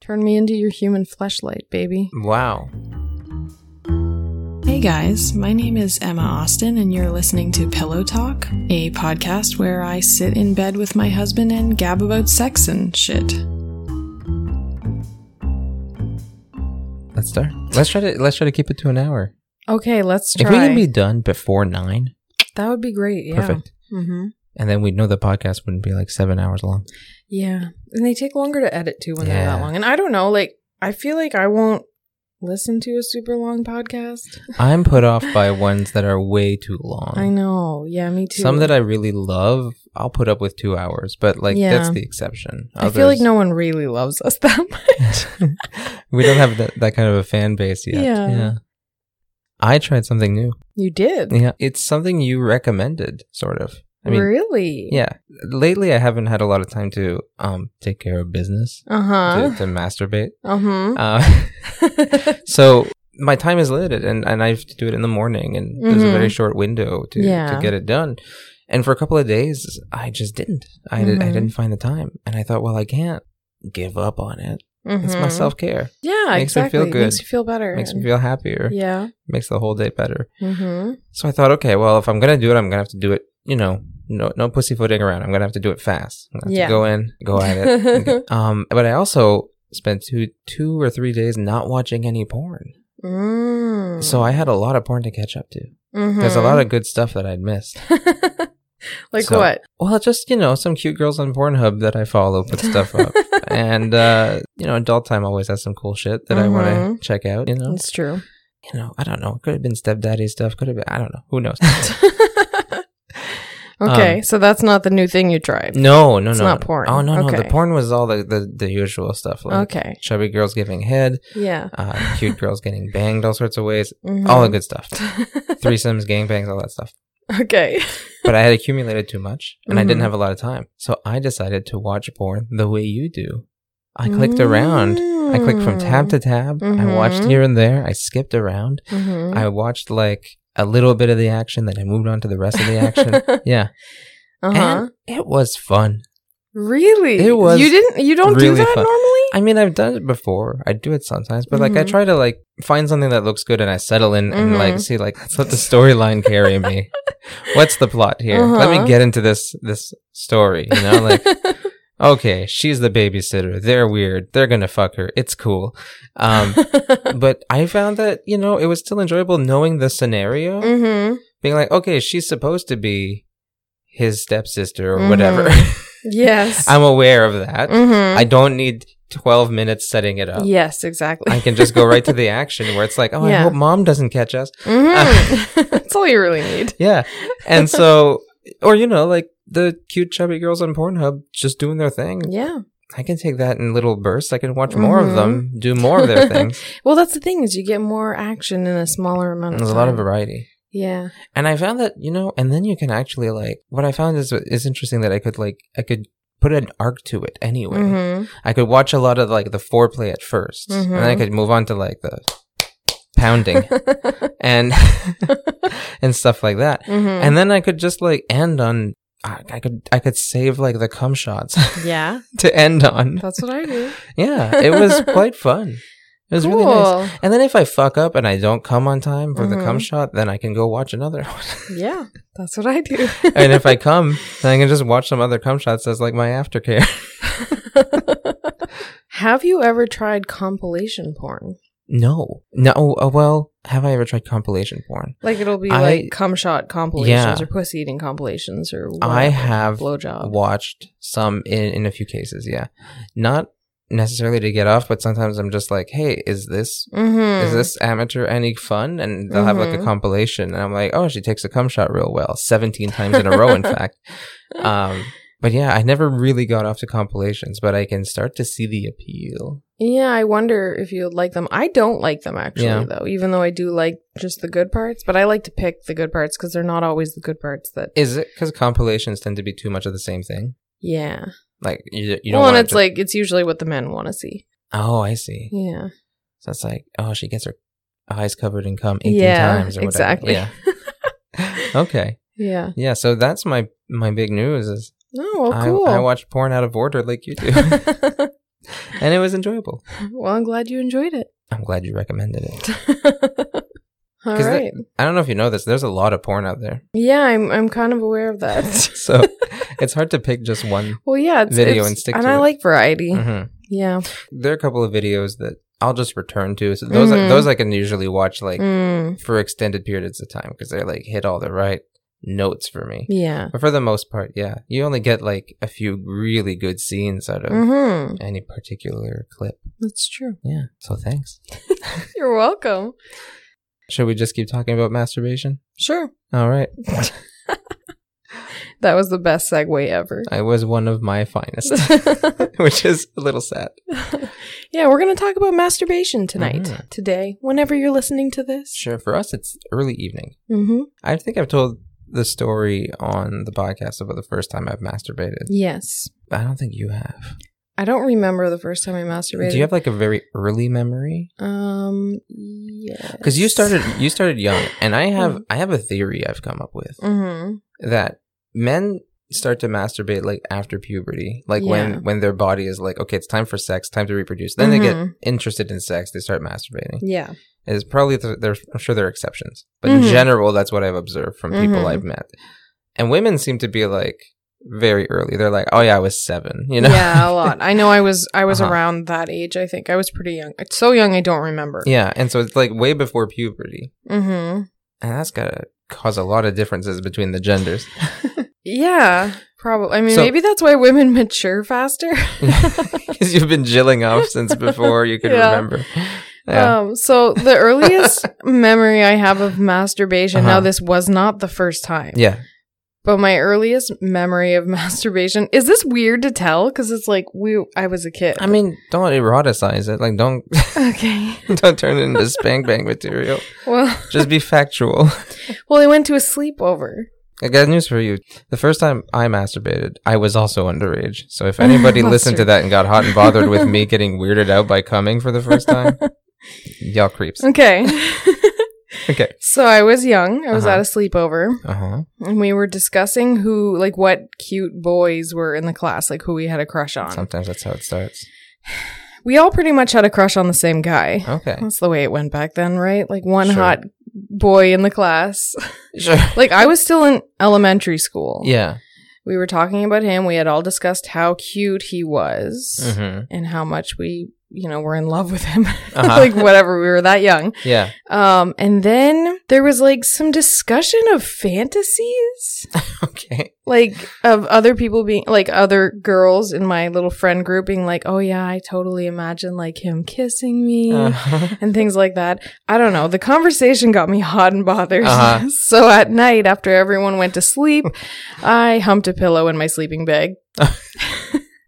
Turn me into your human fleshlight, baby. Wow. Hey guys, my name is Emma Austin, and you're listening to Pillow Talk, a podcast where I sit in bed with my husband and gab about sex and shit. Let's start. Let's try to let's try to keep it to an hour. Okay, let's If we try. can be done before nine, that would be great. Yeah. perfect. Mm-hmm. And then we'd know the podcast wouldn't be like seven hours long. Yeah. And they take longer to edit too when they're that Yeah. long. And I don't know, like I feel like I won't listen to a super long podcast. I'm put off by ones that are way too long. I know. Yeah, me too. Some that I really love, I'll put up with two hours, but like Yeah. that's the exception. I feel like Others- no one really loves us that much. we don't have that, that kind of a fan base yet. Yeah. I tried something new. you did. Yeah. It's something you recommended, sort of. I mean, really? yeah. Lately, I haven't had a lot of time to um take care of business, Uh-huh. to, to masturbate. Uh-huh. Uh, so my time is limited, and, and I have to do it in the morning, and there's a Mhm. very short window to, Yeah. to get it done. And for a couple of days, I just didn't. I, did, I Mhm. didn't find the time. And I thought, well, I can't give up on it. It's my Mhm. self care. Yeah, Makes me feel exactly. good. Makes you feel better. Makes me feel happier. Yeah. Makes the whole day better. Mm-hmm. So I thought, okay, well, if I'm gonna do it, I'm gonna have to do it. You know, no, no pussyfooting around. I'm gonna have to do it fast. I'm gonna have Yeah. to go in, go at it. Okay. um, but I also spent two, two or three days not watching any porn. Mm. So I had a lot of porn to catch up to. There's a lot Hmm. of good stuff that I'd missed. of like So- what? Well, just you know, some cute girls on Pornhub that I follow put stuff up, and uh, you know, adult time always has some cool shit that I want Mhm. to check out. You know, It's true. you know, I don't know. Could have been stepdaddy stuff. Could have been. I don't know. Who knows? okay, Um, so that's not the new thing you tried. No, no, It's no. not porn. Oh no, no. The Okay. porn was all the, the, the usual stuff. Like Okay. Chubby girls giving head, Yeah. Mm-hmm. uh, cute girls getting banged all sorts of ways. All the good stuff. Mhm. Threesomes, gangbangs, all that stuff. okay. But I had accumulated too much and I didn't Mhm. have a lot of time. So I decided to watch porn the way you do. I clicked around. I clicked from tab to tab. I watched Mhm. here and there. I skipped around. Mhm. I watched like a little bit of the action, then I moved on to the rest of the action. yeah. uh-huh. And it was fun. really? it was You didn't you don't really do that fun. normally? I mean, I've done it before. I do it sometimes, but like I Mhm. try to like find something that looks good and I settle in and like Mhm. see like let's let the storyline carry me. What's the plot here? Let Uh-huh. me get into this this story. You know, like okay, she's the babysitter. They're weird. They're gonna fuck her. It's cool. Um, but I found that you know it was still enjoyable knowing the scenario, Mhm. being like okay, she's supposed to be his stepsister or whatever. Mm-hmm. Yes. I'm aware of that. Mhm. I don't need 12 minutes setting it up. Yes, exactly. I can just go right to the action where it's like, oh, I Yeah. hope mom doesn't catch us. Mhm. That's all you really need. Yeah. And so, or, you know, like the cute chubby girls on Pornhub just doing their thing. Yeah. I can take that in little bursts. I can watch more of Mhm. them, do more of their things. Well, that's the thing is you get more action in a smaller amount of There's a time. lot of variety. Yeah. And I found that, you know, and then you can actually like, what I found is, is interesting that I could like, I could put an arc to it anyway. Mhm. I could watch a lot of like the foreplay at 1st and then I Mhm. could move on to like the pounding and and stuff like that. Mhm. And then I could just like end on. I I could I could save like the cum shots yeah, to end on. that's what I do. Yeah, it was quite fun. It was really nice. Cool. And then if I fuck up and I don't come on time for the cum Mhm. shot, then I can go watch another one. Yeah, that's what I do. and if I come, then I can just watch some other cum shots as like my aftercare. Have you ever tried compilation porn? No, no. Uh, well, have I ever tried compilation porn? Like it'll be I- like cum shot compilations Yeah. or pussy eating compilations or I whatever, have blowjob. watched some in, in a few cases. Yeah, not necessarily to get off, but sometimes I'm just like, hey, is this Mhm. is this amateur any fun? And they'll have like a Mhm. compilation, and I'm like, oh, she takes a cum shot real well, seventeen times in a row, in fact. Um, but yeah, I never really got off to compilations, but I can start to see the appeal. Yeah, I wonder if you'd like them. I don't like them actually, Yeah. though. Even though I do like just the good parts, but I like to pick the good parts because they're not always the good parts that. Is it because compilations tend to be too much of the same thing? Yeah. Like you, you don't. Well, and wanna it's just- like it's usually what the men want to see. oh, I see. Yeah. So it's like, oh, she gets her eyes covered in cum eighteen Yeah, times, or exactly. whatever. Yeah. okay. Yeah. Yeah. So that's my my big news is Oh, well, I, cool. I watch porn out of order like you do. and it was enjoyable. Well, I'm glad you enjoyed it. I'm glad you recommended it. All 'Cause that- right. I don't know if you know this. There's a lot of porn out there, yeah, I'm I'm kind of aware of that. so it's hard to pick just one. well, yeah, it's, Video it's- and stick and to I it. like variety. Mhm. Yeah. There are a couple of videos that I'll just return to. So those Mhm. I, those I can usually watch like Mm, for extended periods of time because they're like hit all the right notes for me. yeah. But for the most part, yeah, you only get like a few really good scenes out of Mm-hmm. any particular clip. That's true. Yeah. So thanks. You're welcome. Should we just keep talking about masturbation? Sure. All right. That was the best segue ever. I was one of my finest, which is a little sad. yeah, we're going to talk about masturbation tonight, Mhm. today, whenever you're listening to this. Sure. For us, it's early evening. Mm-hmm. I think I've told the story on the podcast about the first time I've masturbated. Yes. I don't think you have. I don't remember the first time I masturbated. Do you have like a very early memory? Um, yeah. Because you started you started young, and I have Mm. I have a theory I've come up with Mm-hmm. that men start to masturbate like after puberty, like Yeah. when when their body is like okay, it's time for sex, time to reproduce. Then they get Mhm. interested in sex, they start masturbating. Yeah. It's probably th- there's I'm sure there are exceptions, but in Mhm. general, that's what I've observed from people Mhm. I've met. And women seem to be like very early. They're like, oh yeah, I was seven, you know. Yeah, a lot. I know I was I was Uh-huh. around that age, I think. I was pretty young. So young I don't remember. yeah, and so it's like way before puberty, Mm-hmm. and that's gotta cause a lot of differences between the genders. Yeah, probably. I mean, So- maybe that's why women mature faster. because you've been jilling off since before you could Yeah. remember. Yeah. Um, so the earliest memory I have of masturbation. Now, Uh-huh. this was not the first time, yeah. but my earliest memory of masturbation is this weird to tell because it's like we. I was a kid. I mean, don't eroticize it. Like, don't okay. don't turn it into spank bang material. Well, Just be factual. well, I went to a sleepover. I got news for you. The first time I masturbated, I was also underage. So if anybody That's listened true. to that and got hot and bothered with me getting weirded out by coming for the first time, y'all creeps. Okay. Okay. so I was young. I was Uh-huh. at a sleepover, Uh huh. and we were discussing who, like, what cute boys were in the class, like who we had a crush on. Sometimes that's how it starts. We all pretty much had a crush on the same guy. Okay. That's the way it went back then, right? Like one Sure. hot boy in the class. Sure. Like I was still in elementary school. Yeah. We were talking about him. We had all discussed how cute he was Mm-hmm. and how much we, you know, were in love with him. Uh-huh. like whatever, we were that young. Yeah. Um and then there was like some discussion of fantasies, Okay. like of other people being like other girls in my little friend group being like, "Oh yeah, I totally imagine like him kissing me." Uh-huh. and things like that. I don't know. The conversation got me hot and bothered. Uh-huh. so at night, after everyone went to sleep, I humped a pillow in my sleeping bag.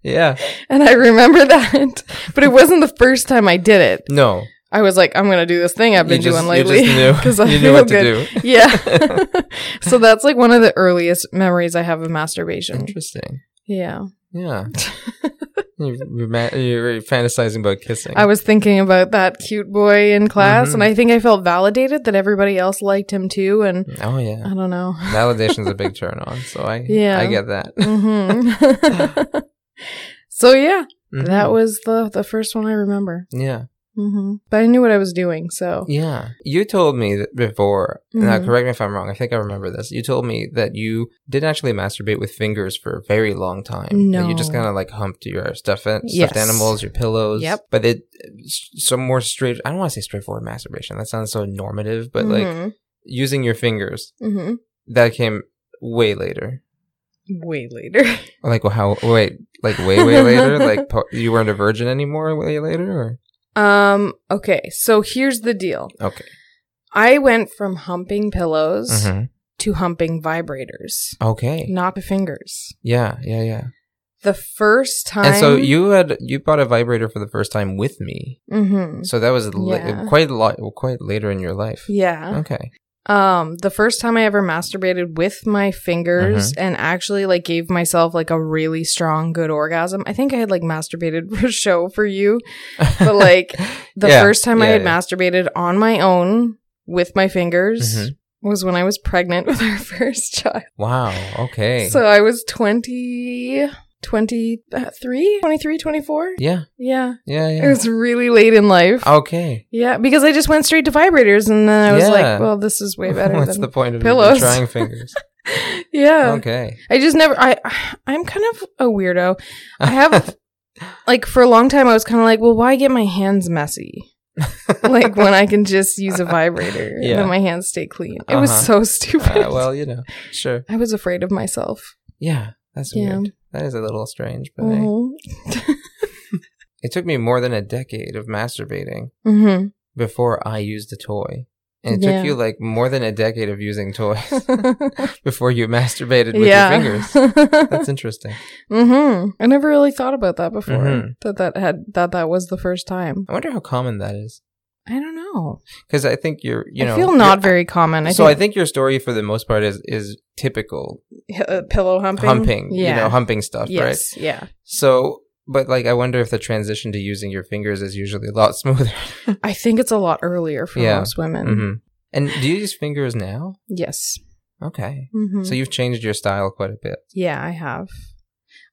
Yeah. And I remember that. But it wasn't the first time I did it. No. I was like, I'm going to do this thing I've You been just- doing lately. You just 'Cause knew, I you feel knew what good. to do. yeah. so that's like one of the earliest memories I have of masturbation. Interesting. Yeah. Yeah. you, you, ma- you were fantasizing about kissing. I was thinking about that cute boy in class, Mhm. and I think I felt validated that everybody else liked him too. And oh, yeah. I don't know. Validation's a big turn on. So I, Yeah. Mm, I get that. hmm so yeah, that Mhm. was the the first one I remember. Yeah. hmm But I knew what I was doing, so Yeah. You told me that before, now Mhm. correct me if I'm wrong, I think I remember this. You told me that you didn't actually masturbate with fingers for a very long time. That you just No. kind of like humped your stuff, stuffed Yes. animals, your pillows. Yep. But it, some more straight, I don't want to say straightforward masturbation. That sounds so normative, but like Mm-hmm. using your fingers, hmm that came way later. way later. Like how? Wait, like way way later. like po- you weren't a virgin anymore. Way later, or um. Okay. So here's the deal. okay. I went from humping pillows Mhm. to humping vibrators, Okay. not the fingers. Yeah, yeah, yeah. The first time. And so you had you bought a vibrator for the first time with me. hmm So that was li- Yeah. quite a lot, quite later in your life. Yeah. Okay. Um, the first time I ever masturbated with my fingers Mm-hmm. and actually like gave myself like a really strong good orgasm. I think I had like masturbated for show for you, but like the Yeah, first time I yeah, had yeah. masturbated on my own with my fingers Mhm. was when I was pregnant with our first child. Wow. Okay. So I was 20 23, 23, 24. Yeah, Yeah. yeah, Oh. It yeah. was really late in life. Okay. Yeah, because I just went straight to vibrators and then I was Yeah. like, well, this is way better What's than the point of even pillows. trying fingers? Yeah. okay. I just never I I'm kind of a weirdo. I have like for a long time I was kind of like, well, why get my hands messy? like when I can just use a vibrator Yeah. and then my hands stay clean. It was Uh-huh. so stupid. Uh, well, you know, sure. I was afraid of myself. Yeah, that's Yeah. weird. That is a little strange, but hey. Mhm. it took me more than a decade of masturbating Mhm. before I used a toy. And it Yeah. took you like more than a decade of using toys Mm-hmm. before you masturbated with your fingers. That's interesting. mhm. I never really thought about that before. Mhm. That that had that that was the first time. I wonder how common that is. I don't know. Because I think you're, you know, I feel you're- not very common. I so think, I think your story for the most part is is typical uh, pillow humping. humping, Yeah. you know, humping stuff, right? yes. Yeah. So, but like, I wonder if the transition to using your fingers is usually a lot smoother. I think it's a lot earlier for Yeah. most women. hmm And do you use fingers now? Yes. Okay, Mhm. so you've changed your style quite a bit. yeah, I have.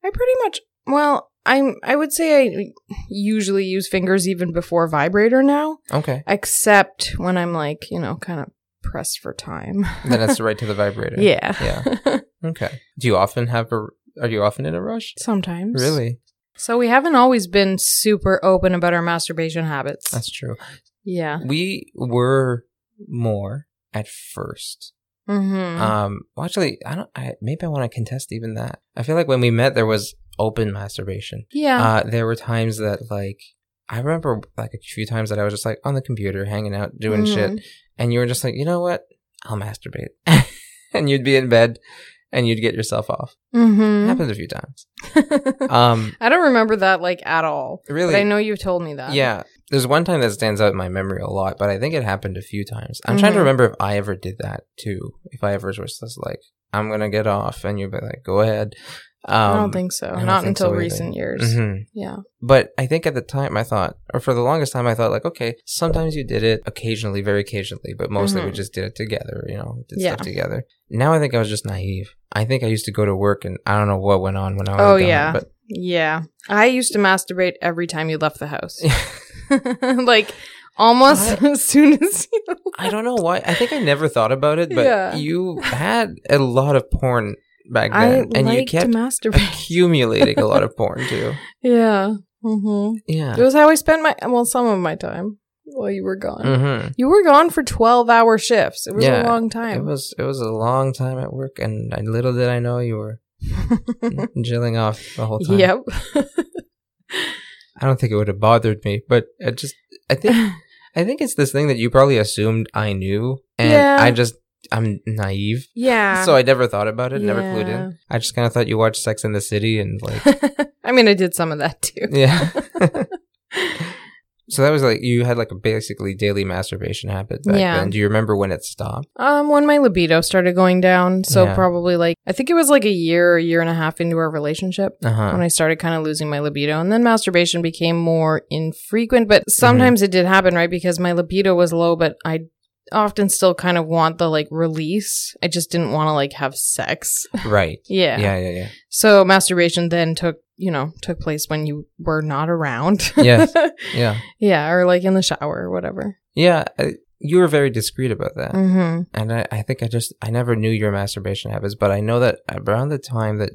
I pretty much well, I'm I would say I usually use fingers even before vibrator now, Okay, except when I'm like, you know, kind of pressed for time. then that's right to the vibrator. yeah. yeah. Okay. Do you often have a? Are you often in a rush? Sometimes. Really? So we haven't always been super open about our masturbation habits. That's true. yeah. We were more at first. Mm-hmm. Um. Well, actually, I don't. I maybe I want to contest even that. I feel like when we met, there was open masturbation. yeah. uh, there were times that like I remember like a few times that I was just like on the computer hanging out doing Mm-hmm. shit, and you were just like, you know what, I'll masturbate, and you'd be in bed, and you'd get yourself off. Mhm. Happened a few times. Um, I don't remember that like at all. really, But I know you've told me that. yeah. There's one time that stands out in my memory a lot, but I think it happened a few times. I'm trying to Mhm. remember if I ever did that too. If I ever was just like, I'm gonna get off, and you'd be like, go ahead. Um, I don't think so. I don't Not think until so either. recent years. mhm. Yeah. But I think at the time I thought, or for the longest time, I thought like, okay, sometimes you did it occasionally, very occasionally, but mostly we Mhm. just did it together, you know, did Yeah. stuff together. Now I think I was just naive. I think I used to go to work and I don't know what went on when I was Oh, done, yeah. but Yeah. I used to masturbate every time you left the house. like almost as soon as you I don't know why. I think I never thought about it, but Yeah. you had a lot of porn back I then, and you like to kept masturbate. accumulating a lot of porn too. yeah. hmm It Yeah. was how I spent my well, some of my time while you were gone. Mm-hmm. You were gone for twelve hour shifts. It was Yeah, a long It time. was it was a long time at work, and I- little did I know you were jilling off the whole time. yep. I don't think it would have bothered me, but it just I think I think it's this thing that you probably assumed I knew, and Yeah. I just I'm naive, yeah. so I never thought about it, never clued Yeah. in. I just kind of thought you watched Sex in the City and like, I mean I did some of that too. yeah. so that was like you had like a basically daily masturbation habit back Yeah. then. Do you remember when it stopped? Um, when my libido started going down, so Yeah. probably like I think it was like a year, a year and a half into our relationship. Uh huh. when I started kind of losing my libido. And then masturbation became more infrequent, but Mm-hmm. sometimes it did happen, right? Because my libido was low, but I often still kind of want the like release. I just didn't want to like have sex. Right. Yeah. Yeah. Yeah. Yeah. So masturbation then took, you know, took place when you were not around. Yes. Yeah. yeah. Or like in the shower or whatever. Yeah. I, you were very discreet about that. Mm and I, I think I just I never knew your masturbation habits, but I know that around the time that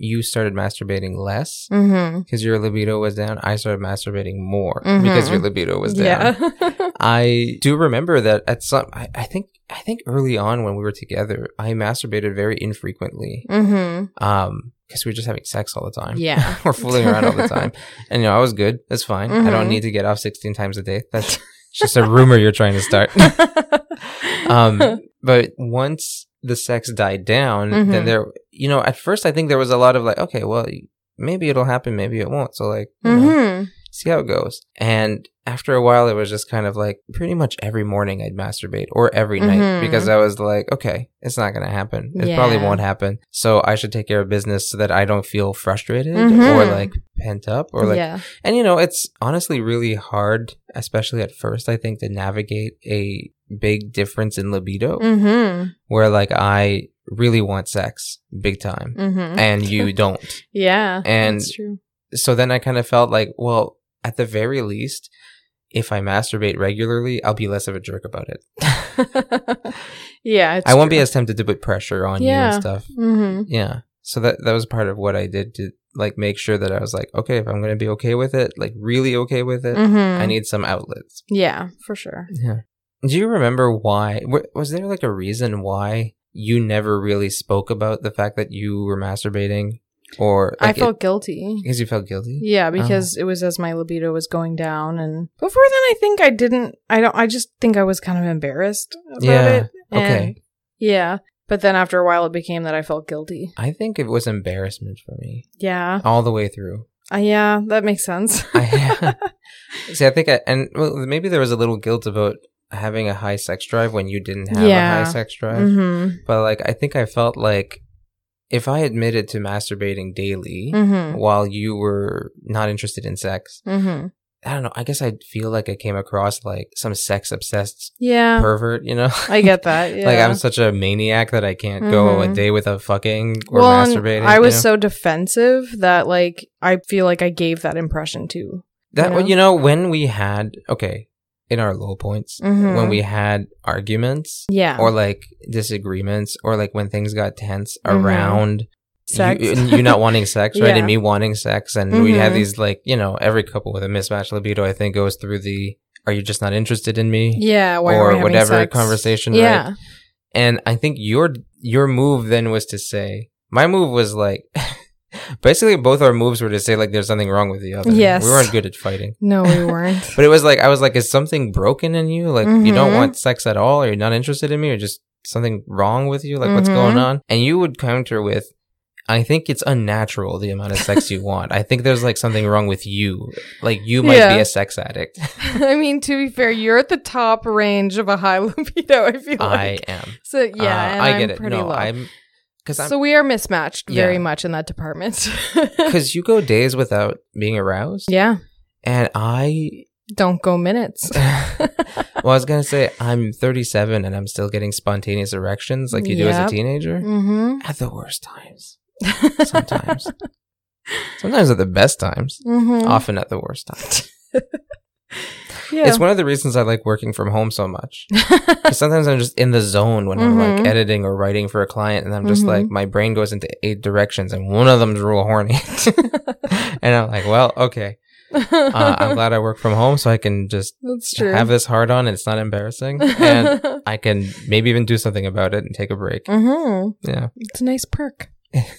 you started masturbating less hmm. Mm because your libido was down, I started masturbating more Mhm. because your libido hmm. was down. yeah. I do remember that at some I, I think I think early on when we were together, I masturbated very infrequently. mm Um because we were just having sex all the time. Yeah. we're fooling around all the time. And you know, I was good. That's fine. I don't Mhm. need to get off 16 times a day. That's just a rumor you're trying to start hmm. um but once the sex died down then Mhm. there you know at first i think there was a lot of like okay well maybe it'll happen maybe it won't so like you know, Mm see how it goes and after a while it was just kind of like pretty much every morning i'd masturbate or every night Mhm. because i was like okay it's not gonna happen it probably Yeah. won't happen so i should take care of business so that i don't feel frustrated or Mhm. like pent up or hmm. like Yeah. and you know, it's honestly really hard, especially at first, I think, to navigate a big difference in libido Mm hmm. where like I really want sex big time Mm-hmm. and you don't. Yeah. And- that's true. So then I kind of felt like, well, at the very least, if I masturbate regularly, I'll be less of a jerk about it. yeah. It's I won't be as tempted to put pressure on you Yeah. and stuff. Mm-hmm. Yeah. So that that was part of what I did to like make sure that I was like, okay, if I'm going to be okay with it, like really okay with it, Mm-hmm. I need some outlets. yeah, for sure. Yeah. Do you remember why? wa- Was there like a reason why you never really spoke about the fact that you were masturbating, or I like, it- felt guilty. because you felt guilty? Yeah, because it was as my libido was going down, and before then, I think I didn't. I don't. I just think I was kind of embarrassed about Yeah, it. And okay. Yeah, but then after a while, it became that I felt guilty. I think it was embarrassment for me Yeah, all the way through. uh, yeah, that makes sense. I see. I think I and well, maybe there was a little guilt about having a high sex drive when you didn't have a Yeah. high sex drive. hmm But like, I think I felt like if I admitted to masturbating daily hmm while you were not interested in sex, hmm I don't know. I guess I feel like I came across like some sex obsessed Yeah, pervert. You know, Oh. I get that. Yeah. like I'm such a maniac that I can't go a Mhm. day without fucking or and masturbating. I you was know? so defensive that like I feel like I gave that impression too. That You well, know? you know when we had okay in our low points Mhm. when we had arguments Yeah, or like disagreements or like when things got tense Mhm. around sex. You, and you not wanting sex right Yeah. and me wanting sex and we had Mhm. these like you know every couple with a mismatched libido I think goes through the are you just not interested in me yeah, why are we or having whatever sex? conversation Yeah, right and I think your your move then was to say my move was like. Basically, both our moves were to say like there's something wrong with the other. Yes. we weren't good at fighting. no, we weren't. But it was like I was like, is something broken in you? Like you don't Mhm. want sex at all, or you're not interested in me, or just something wrong with you? Like what's Mhm. going on? And you would counter with, I think it's unnatural the amount of sex you want. I think there's like something wrong with you. Like you might Yeah. be a sex addict. I mean, to be fair, you're at the top range of a high libido. I feel I like am. so. Yeah, Uh, and I I'm get it. Pretty No, low. I'm because I'm so we are mismatched very Yeah. much in that department. because you go days without being aroused, yeah, and I. don't go minutes. well, I was gonna say I'm 37 and I'm still getting spontaneous erections like you do as Yep. a teenager. mm-hmm. at the worst times. Sometimes. Sometimes at the best times. Mm-hmm. Often at the worst times. Yeah. It's one of the reasons I like working from home so much. 'Cause sometimes I'm just in the zone when I'm Mhm. like editing or writing for a client, and I'm just Mhm. like, my brain goes into eight directions, and one of them's real horny. and I'm like, well, okay. Uh, I'm glad I work from home so I can just That's true. have this hard on and it's not embarrassing. And I can maybe even do something about it and take a break. hmm Yeah, It's a nice perk.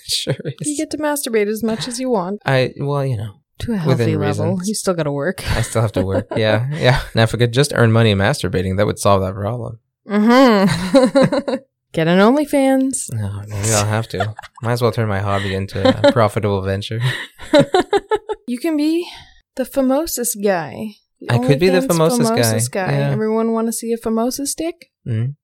sure You is. get to masturbate as much as you want I, well, you know. to a healthy Within level. reason. You still got to work. I still have to work. Yeah, yeah. Now, if I could just earn money masturbating, that would solve that problem. Mm-hmm. Get an OnlyFans. No, maybe I'll have to. Might as well turn my hobby into a profitable venture. you can be the famosus guy. I could be the OnlyFans famosus guy. famosus Yeah. Everyone want to see a famosus dick? Mm.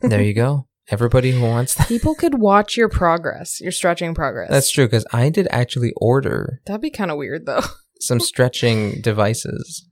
There you go. Everybody who wants that. People could watch your progress, your stretching progress. That's true, because I did actually order That'd be kind of weird though. some stretching devices.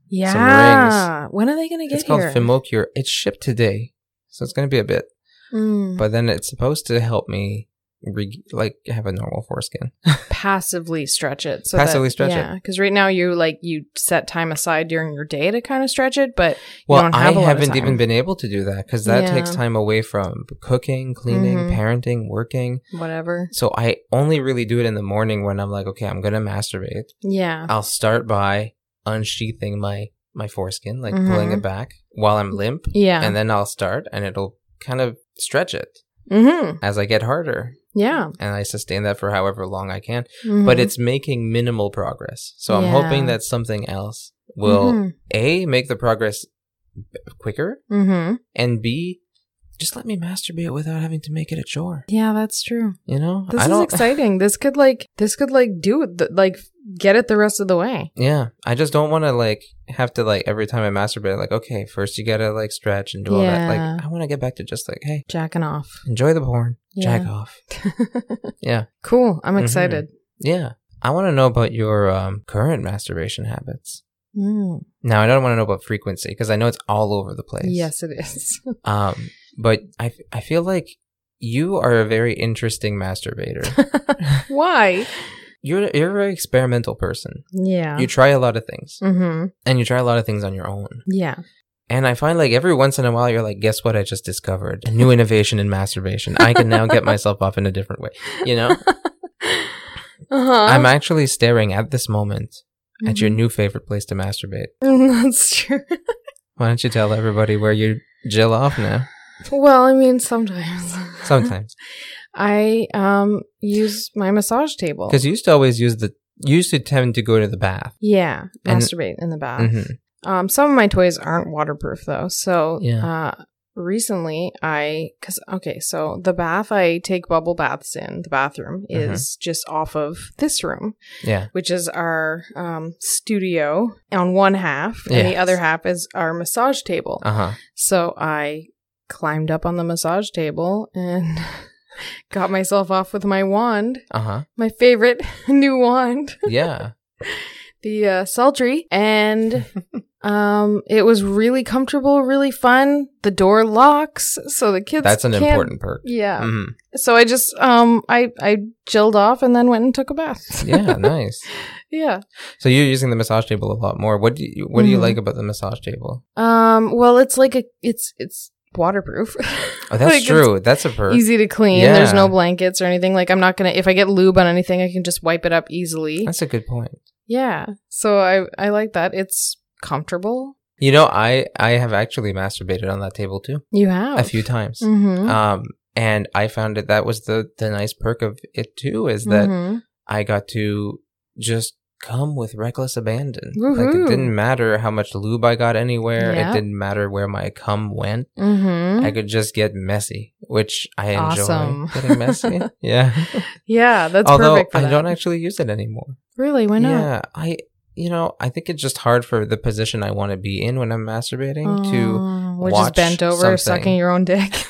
Yeah. When are they gonna get It's called here? Femocure. It's shipped today, so it's going to be a bit. Mm. But then it's supposed to help me, re- like, have a normal foreskin. passively stretch it. So Passively stretch it. Because right now you like you set time aside during your day to kind of stretch it, but Well, don't I have a lot of haven't time. even been able to do that because that Yeah. takes time away from cooking, cleaning, Mhm. parenting, working. whatever. So I only really do it in the morning when I'm like, okay, I'm gonna masturbate. Yeah. I'll start by unsheathing my my foreskin, like Mhm. pulling it back while I'm limp, Yeah. and then I'll start, and it'll kind of stretch it mm-hmm. as I get harder, Yeah. and I sustain that for however long I can. Mhm. But it's making minimal progress, so I'm Yeah. Mm-hmm. hoping that something else will a make the progress b- quicker, Mhm. Mhm. and B. Just let me masturbate without having to make it a chore. Yeah, that's true. You know, This is exciting. This could like this could like do it th- like get it the rest of the way. Yeah, I just don't want to like have to like every time I masturbate, like okay, first you gotta like stretch and do all that. Yeah. Like I want to get back to just like hey, Jacking off. enjoy the porn, Yeah. jack off. yeah, Cool. I'm Mhm. excited. yeah. I want to know about your um, current masturbation habits. Mm. Now I don't want to know about frequency because I know it's all over the place. Yes, it is. Um, but I f- I feel like you are a very interesting masturbator. Why? you're you're a very experimental person. Yeah. You try a lot of things, mm-hmm. and you try a lot of things on your own. Yeah. And I find like every once in a while, you're like, guess what? I just discovered a new innovation in masturbation. I can now get myself off in a different way. You know, Uh-huh. I'm actually staring at this moment at Mm-hmm. your new favorite place to masturbate. Mhm. That's true. Why don't you tell everybody where you jill off now? well, I mean, sometimes. Sometimes, I um use my massage table. because you used to always use the you used to tend to go to the bath. Yeah, And- masturbate in the bath. hmm Um, some of my toys aren't waterproof though. So Yeah. uh, recently I, cause okay, so the bath I take bubble baths in the bathroom Mm-hmm. is just off of this room, Yeah, which is our um, studio on one half, and the Yes. other half is our massage table. uh huh. So I climbed up on the massage table and got myself off with my wand, Uh huh. my favorite new wand Yeah. the uh, sultry and um it was really comfortable really fun the door locks so the kids That's an can't- important perk. yeah hmm so i just um i i chilled off and then went and took a bath Yeah, nice. yeah So you're using the massage table a lot more. What do you What do you Mhm. like about the massage table? um well it's like a it's it's waterproof Oh, that's Like, it's true. That's a perk. easy to clean there's Yeah. no blankets or anything like i'm not gonna if i get lube on anything i can just wipe it up easily That's a good point. yeah so i i like that it's comfortable You know, I I have actually masturbated on that table too you have a few times. Oh. mm-hmm. Um, and I found that that was the the nice perk of it too is that Mm-hmm. I got to just come with reckless abandon. Like Woohoo. it didn't matter how much lube I got anywhere. Yeah. It didn't matter where my cum went. mm-hmm. I could just get messy, which I enjoy. Awesome. Getting messy, yeah. Yeah, that's Although perfect. For I that. don't actually use it anymore. really. Why not? Yeah, I you know I think it's just hard for the position I want to be in when I'm masturbating to. Oh, we're just watch bent over, something. sucking your own dick.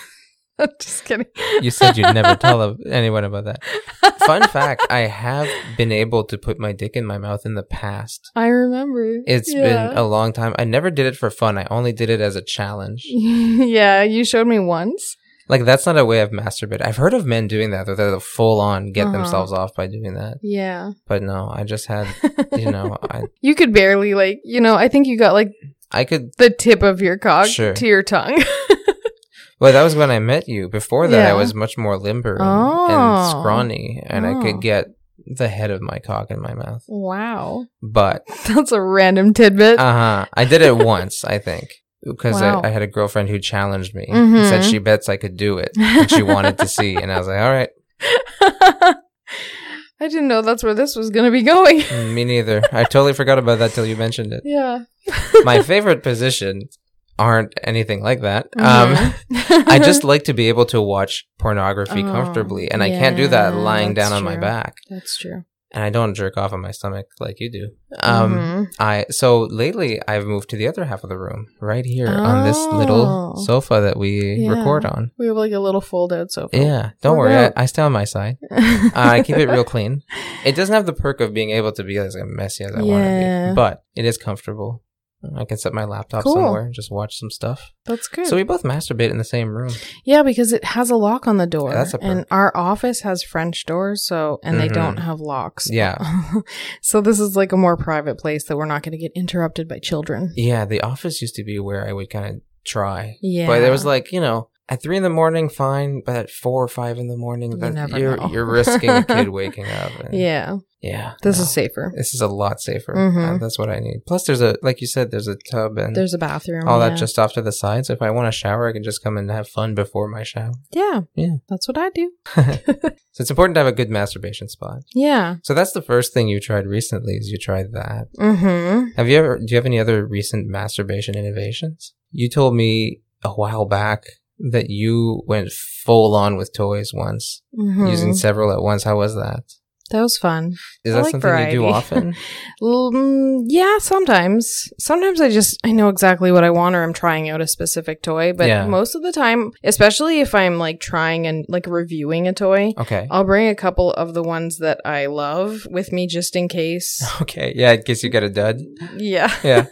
just kidding. You said you'd never tell of- anyone about that. Fun fact: I have been able to put my dick in my mouth in the past. I remember. It's been a long time. I never did it for fun. I only did it as a challenge. yeah, you showed me once. Like that's not a way of masturbating. I've heard of men doing that, that they're full on get Uh-huh. themselves off by doing that. Yeah, But no, I just had you know I you could barely like you know. I think you got like I could. the tip of your cock Sure. to your tongue. Well, that was when I met you. Before that, Yeah. I was much more limber and, Oh. and scrawny, and I Oh. could get the head of my cock in my mouth. wow, But that's a random tidbit. uh huh, I did it once, I think, because Wow. I, I had a girlfriend who challenged me Mhm. and said she bets I could do it, and she wanted to see, and I was like, all right, I didn't know that's where this was gonna be going. mm, me neither. I totally forgot about that till you mentioned it. yeah. My favorite positions aren't anything like that. Um, Mhm. I just like to be able to watch pornography Oh, comfortably, and I can't do that yeah, lying down that's on my true. back. That's true. and I don't jerk off on my stomach like you do. Um, Mhm. I so lately I've moved to the other half of the room, right here on this little Oh. sofa that we Yeah. record on. we have like a little fold out sofa. Yeah, don't Look worry, out. I, I stay on my side. Uh, I keep it real clean. It doesn't have the perk of being able to be as messy as I want to Yeah. be, but it is comfortable. I can set my laptop Cool. somewhere and just watch some stuff. That's good. So we both masturbate in the same room. yeah, because it has a lock on the door. Yeah, that's a and our office has French doors, so and they Mhm. don't have locks. Yeah. so this is like a more private place that we're not going to get interrupted by children. Yeah, the office used to be where I would kind of try Yeah. But there was like, you know, at three in the morning, fine. But at four or five in the morning, You that, never you are know. you're risking a kid waking up. and- Yeah. yeah. This no. is safer. this is a lot safer. Mhm. Uh, that's what I need. Plus, there's a like you said, there's a tub and There's a bathroom. all yeah. that just off to the side. So if I want to shower, I can just come and have fun before my shower. Yeah. Yeah. That's what I do. So it's important to have a good masturbation spot. Yeah. So that's the first thing you tried recently. Is you tried that? Mm-hmm. Have you ever? Do you have any other recent masturbation innovations? You told me a while back that you went full on with toys once. Mm-hmm. using several at once. How was that? that was fun. Is I that like something you do variety. often? L- mm, yeah, sometimes. Sometimes I just I know exactly what I want or I'm trying out a specific toy, but Yeah. most of the time, especially if I'm like trying and like reviewing a toy, Okay. I'll bring a couple of the ones that I love with me just in case. Okay. Yeah, in case you get a dud. yeah. Yeah.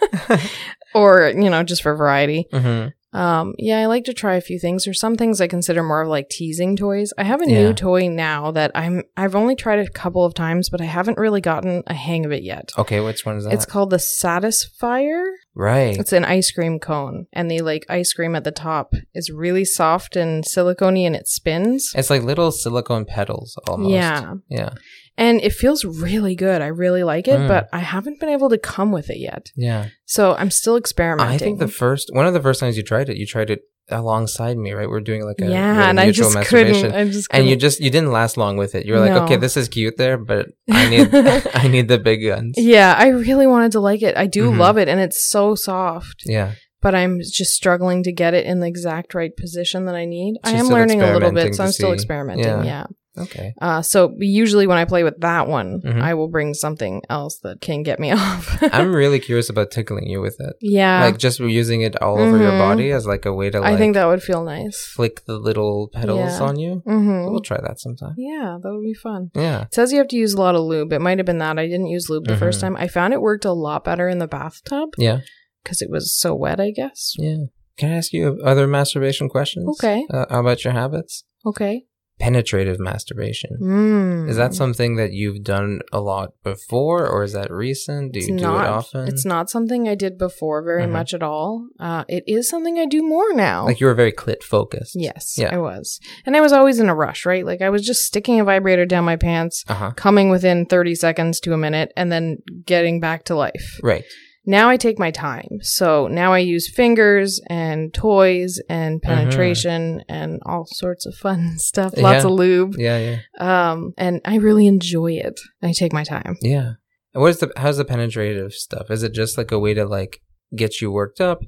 Or, you know, just for variety. hmm Um, yeah, I like to try a few things. There's some things I consider more of like teasing toys. I have a Yeah. new toy now that I'm I've only tried a couple of times, but I haven't really gotten a hang of it yet. Okay, which one is that? It's called the Satisfier. right. It's an ice cream cone, and the like ice cream at the top is really soft and silicone and it spins. It's like little silicone petals almost. Yeah. Yeah. And it feels really good. I really like it, Mm. but I haven't been able to come with it yet. Yeah. So I'm still experimenting. I think the first one of the first times you tried it, you tried it alongside me, right? We are doing like a yeah, little and I mutual just masturbation. couldn't. I just couldn't. and you just you didn't last long with it. You were like, No. okay, this is cute there, but I need I need the big guns. Yeah, I really wanted to like it. I do Mhm. love it, and it's so soft. Yeah, But I'm just struggling to get it in the exact right position that I need. I So you're am still learning a little bit, experimenting so to I'm still see. experimenting. Yeah. Yeah. Okay. Uh, so usually when I play with that one, Mhm. I will bring something else that can get me off. I'm really curious about tickling you with it. yeah, like just using it all over your Mhm. body as like a way to like I think that would feel nice. flick the little petals Yeah. on you. hmm We'll try that sometime. Yeah, that would be fun. Yeah. It says you have to use a lot of lube. It might have been that I didn't use lube the first Mhm. time. I found it worked a lot better in the bathtub Yeah. because it was so wet. I guess. Yeah. Can I ask you other masturbation questions? Okay. Uh, how about your habits? Okay. Penetrative masturbation. Mm. Is that something that you've done a lot before, or is that recent? Do you do not, it often? It's not something I did before very Mhm. much at all. Uh, it is something I do more now. like you were very clit focused. yes, Yeah. I was. And I was always in a rush, right? Like I was just sticking a vibrator down my pants, Uh huh. coming within 30 seconds to a minute, and then getting back to life. Right. Now I take my time. So now I use fingers and toys and Uh-huh. penetration and all sorts of fun stuff, lots of Yeah. lube. Yeah. Yeah. Um, and I really enjoy it. I take my time. Yeah. And What is the how's the penetrative stuff? Is it just like a way to like get you worked up?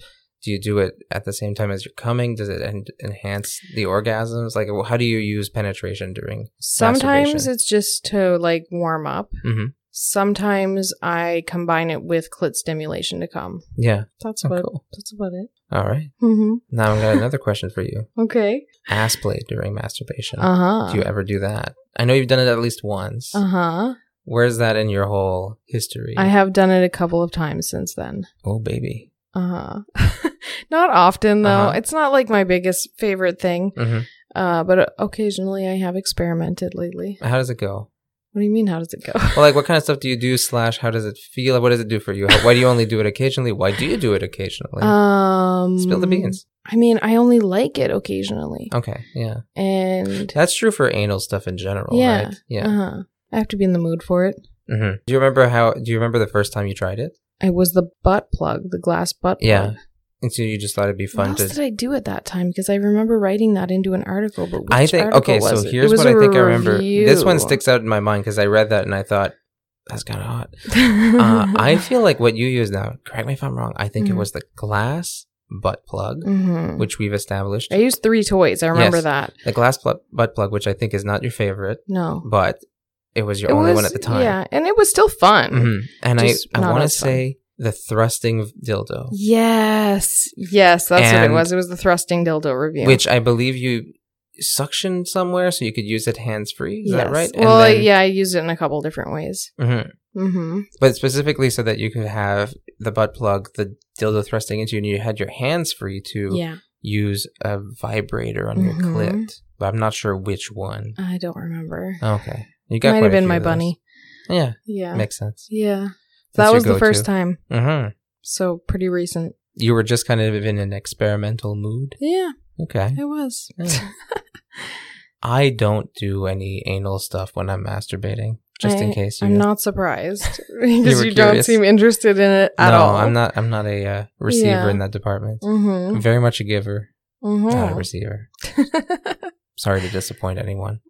Do you do it at the same time as you're coming? Does it en- enhance the orgasms? Like, how do you use penetration during? Sometimes Masturbation. it's just to like warm up. hmm Sometimes I combine it with clit stimulation to come. Yeah. That's Oh, about cool. that's about it. All right. Mm-hmm. Now I've got another question for you. Okay. Ass play during masturbation. Uh Do you huh. ever do that? I know you've done it at least once. Uh huh. Where's that in your whole history? I have done it a couple of times since then. oh, baby. Uh huh. not often though. Uh-huh. It's not like my biggest favorite thing. hmm Uh, but occasionally I have experimented lately. How does it go? What do you mean? How does it go? Well, like, what kind of stuff do you do? Slash, how does it feel? What does it do for you? How, why do you only do it occasionally? Why do you do it occasionally? um, Spill the beans. Oh. I mean, I only like it occasionally, Okay, yeah, and that's true for anal stuff in general, Yeah. right? Yeah. uh huh. I have to be in the mood for it. hmm Do you remember how? Do you remember the first time you tried it? It was the butt plug, the glass butt Yeah. plug. And so you just thought it'd be What fun else to. did I do at that time? Because I remember writing that into an article, but which I think article okay, so was it? It here's was what a I think I remember. This one review. sticks out in my mind because I read that and I thought that's kind of hot. Uh, Mm-hmm. I feel like what you use now. Correct me if I'm wrong. I think it Mhm. was the glass butt plug, Mhm. which we've established. I used three toys. I remember Yes. that. the glass pl- butt plug, which I think is not your favorite, No, but it was your It only one was- at the time. Yeah, and it was still fun. Mhm. And I, Just I not want to as fun. say the thrusting dildo, Yes, yes, that's what And- it was. It was the thrusting dildo review. which I believe you suction somewhere so you could use it hands free. Is that Yes. right? Well, yeah, I used it in a couple different ways. Mhm. hmm But specifically so that you could have the butt plug, the dildo thrusting into you, and you had your hands free to Yeah, use a vibrator on your Mhm. clit. But I'm not sure which one. I don't remember. Okay. You got Might quite a have been few my of those. bunny. Yeah, Yeah, makes sense. yeah. That's That your was the go-to. first time. hmm So pretty recent. You were just kind of in an experimental mood. Yeah, Okay. it was. Yeah. I don't do any anal stuff when I'm masturbating, just in I- case you. I'm not surprised because were you, don't curious. seem interested in it at no, all. I'm not. I'm not a uh, receiver Yeah. in that department. Mm-hmm. I'm very much a giver, not a Mm-hmm. receiver. Sorry to disappoint anyone.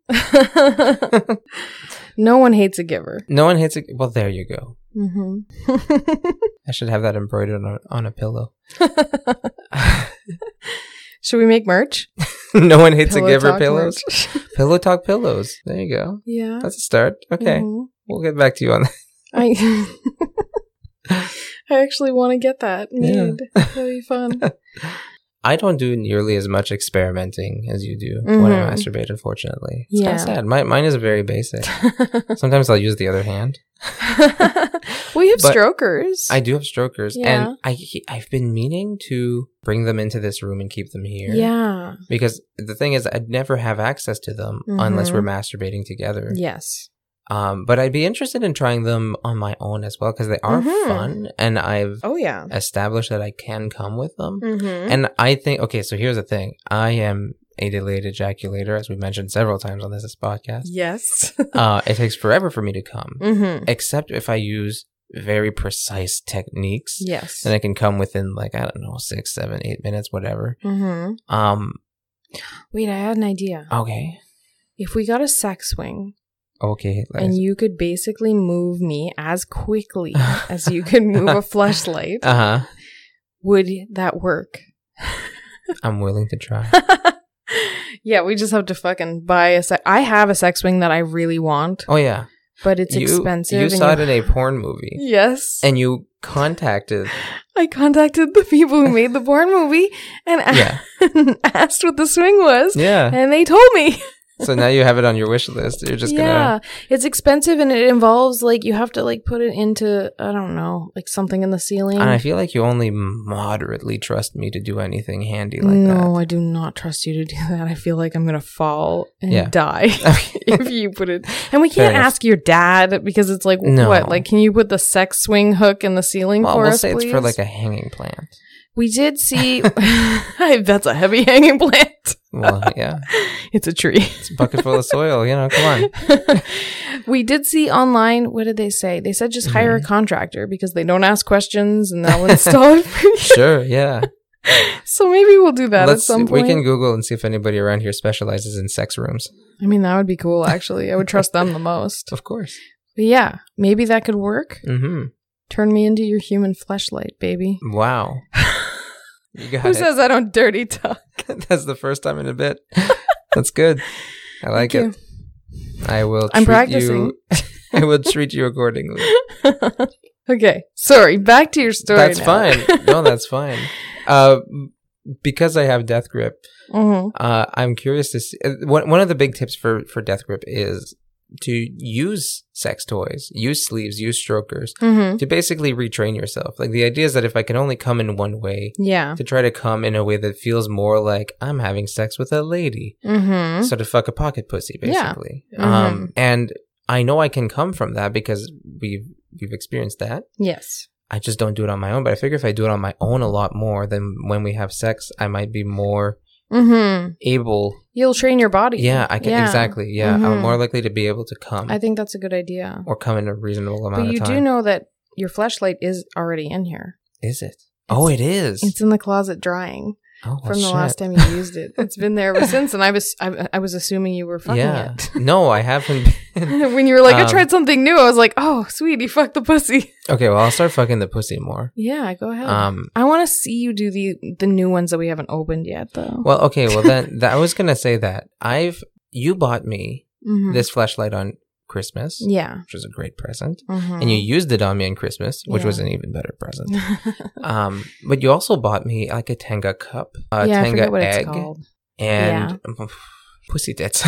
no one hates a giver. No one hits it. Well, there you go. Mm-hmm. I should have that embroidered on, on a pillow. Should we make merch? no one hits Pillow a giver talk pillows. merch. Pillow talk pillows. There you go. yeah. That's a start. Okay, Mhm. we'll get back to you on that. I I actually want to get that Yeah. made. That'd be fun. I don't do nearly as much experimenting as you do when I Mhm. masturbate. Unfortunately, it's Yeah. kind of sad. My, mine is very basic. Sometimes I'll use the other hand. We have But strokers. I do have strokers, Yeah. and I I've been meaning to bring them into this room and keep them here. Yeah. Because the thing is, I'd never have access to them unless Mhm. we're masturbating together. Yes. Um, but I'd be interested in trying them on my own as well because they are Mhm. fun, and I've Oh yeah. established that I can come with them. Mm-hmm. And I think okay, so here's the thing: I am a delayed ejaculator, as we mentioned several times on this podcast. Yes. uh, it takes forever for me to come, mm-hmm. except if I use very precise techniques. Yes. And I can come within like I don't know six, seven, eight minutes, whatever. Mm-hmm. Um. Wait, I had an idea. Okay. If we got a sex swing Okay. let's- and you could basically move me as quickly as you could move a flashlight, Uh huh. would that work? I'm willing to try. yeah, we just have to fucking buy a sex. I have a sex swing that I really want, Oh yeah. but it's you, expensive. You and saw it in a porn movie, Yes. and you contacted. I contacted the people who made the porn movie and Yeah. asked what the swing was, Yeah. and they told me. So now you have it on your wish list. You're just yeah, it's expensive and it involves like you have to like put it into I don't know like something in the ceiling. gonna. And I feel like you only moderately trust me to do anything handy like no, I do not trust you to do that. I feel like I'm gonna fall and Yeah. die if you put it. And we Fair can't enough. ask your dad because it's like No. what? Like, can you put the sex swing hook in the ceiling that. Well, for we'll us? say please? it's for like a hanging plant. we did see. that's a heavy hanging plant. Well, yeah, It's a tree. it's a bucket full of soil. You know, come on. we did see online. What did they say? They said just hire Mm-hmm. a contractor because they don't ask questions and they'll install it for you. Sure, yeah. So maybe we'll do that at some point. We can Google and see if anybody around here specializes in sex rooms. I mean, that would be cool. Actually, I would trust them the most. Of course. But yeah, maybe that could work. hmm Turn me into your human fleshlight, baby. Wow. You got Who it. says I don't dirty talk? That's the first time in a bit. That's good. I like you. it. I will. I'm treat practicing. You, I will treat you accordingly. okay, sorry. Back to your story. that's now. fine. No, that's fine. Uh, because I have death grip, Mhm. uh, I'm curious to see. uh, One one of the big tips for for death grip is to use sex toys, use sleeves, use strokers Mhm. to basically retrain yourself. Like the idea is that if I can only come in one way, Yeah. to try to come in a way that feels more like I'm having sex with a lady. Mhm. So to fuck a pocket pussy, Yeah. basically. Um, and I know I can come from that because we've we've experienced that. Yes. I just don't do it on my own. But I figure if I do it on my own a lot more, then when we have sex, I might be more Mhm. able. You'll train your body. Yeah, I can Yeah. exactly. Yeah, Mhm. I'm more likely to be able to come I think that's a good idea. or come in a reasonable amount But you of do time. know that your flashlight is already in here. is it? oh, it is. It's in the closet drying oh, well, from the shit. last time you used it. It's been there ever since, and I was I, I was assuming you were fucking yeah. it. no, I haven't. Been. when you were like, I Um, tried something new, I was like, oh, sweet, he fucked the pussy. okay, well, I'll start fucking the pussy more. Yeah, go ahead. Um. I want to see you do the the new ones that we haven't opened yet, though. Well, okay. Well, then that, I was gonna say that I've you bought me Mhm. this flashlight on Christmas, yeah, which was a great present, Mhm. and you used it on me on Christmas, which Yeah. was an even better present. um. But you also bought me like a Tenga cup, a yeah, I Tenga forget what egg, it's called. and pussy tits.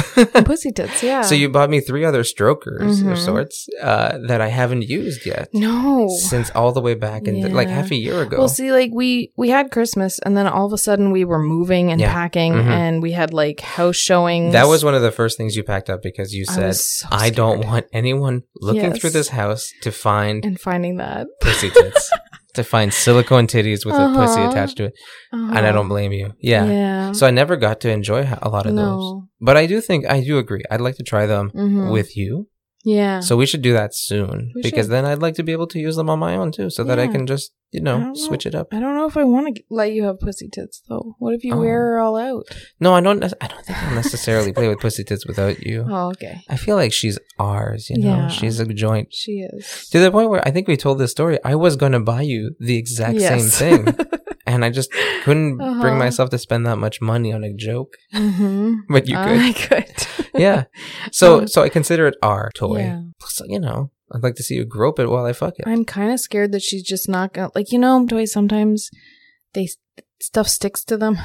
Pussy tits. Yeah. So you bought me three other strokers Mhm. of sorts uh, that I haven't used yet no. since all the way back in the- like Yeah. half a year ago. Well, see, like we we had Christmas, and then all of a sudden we were moving and Yeah. packing, Mhm. and we had like house showings. That was one of the first things you packed up because you I said, I, was so don't scared." want anyone looking Yes. through this house to find and finding that, pussy tits, to find silicone titties with a pussy Uh-huh. attached to it. Uh-huh. And I don't blame you. Yeah. Yeah. So I never got to enjoy ho- a lot of those. Uh-huh. no. But I do think, I do agree. I'd like to try them Mhm. with you. Yeah. So we should do that soon We because should. then I'd like to be able to use them on my own too so that I Yeah. can just, you I know, don't know. switch it up. I don't know if I want to let you have pussy tits though. What if you Oh. wear her all out? No, I don't, nec- I don't think I'll necessarily play with pussy tits without you. Oh, okay. I feel like she's ours, you know, Yeah. she's a joint. She is. To the point where I think we told this story. I was going to buy you the exact Yes. same thing. and I just couldn't Uh-huh. bring myself to spend that much money on a joke. mm-hmm. But you I could. could. Yeah. So Uh-huh. Um, so I consider it our toy. Yeah. Plus, you know, I'd like to see you grope it while I fuck it. I'm kind of scared that she's just not gonna like you know toys sometimes they stuff sticks to them.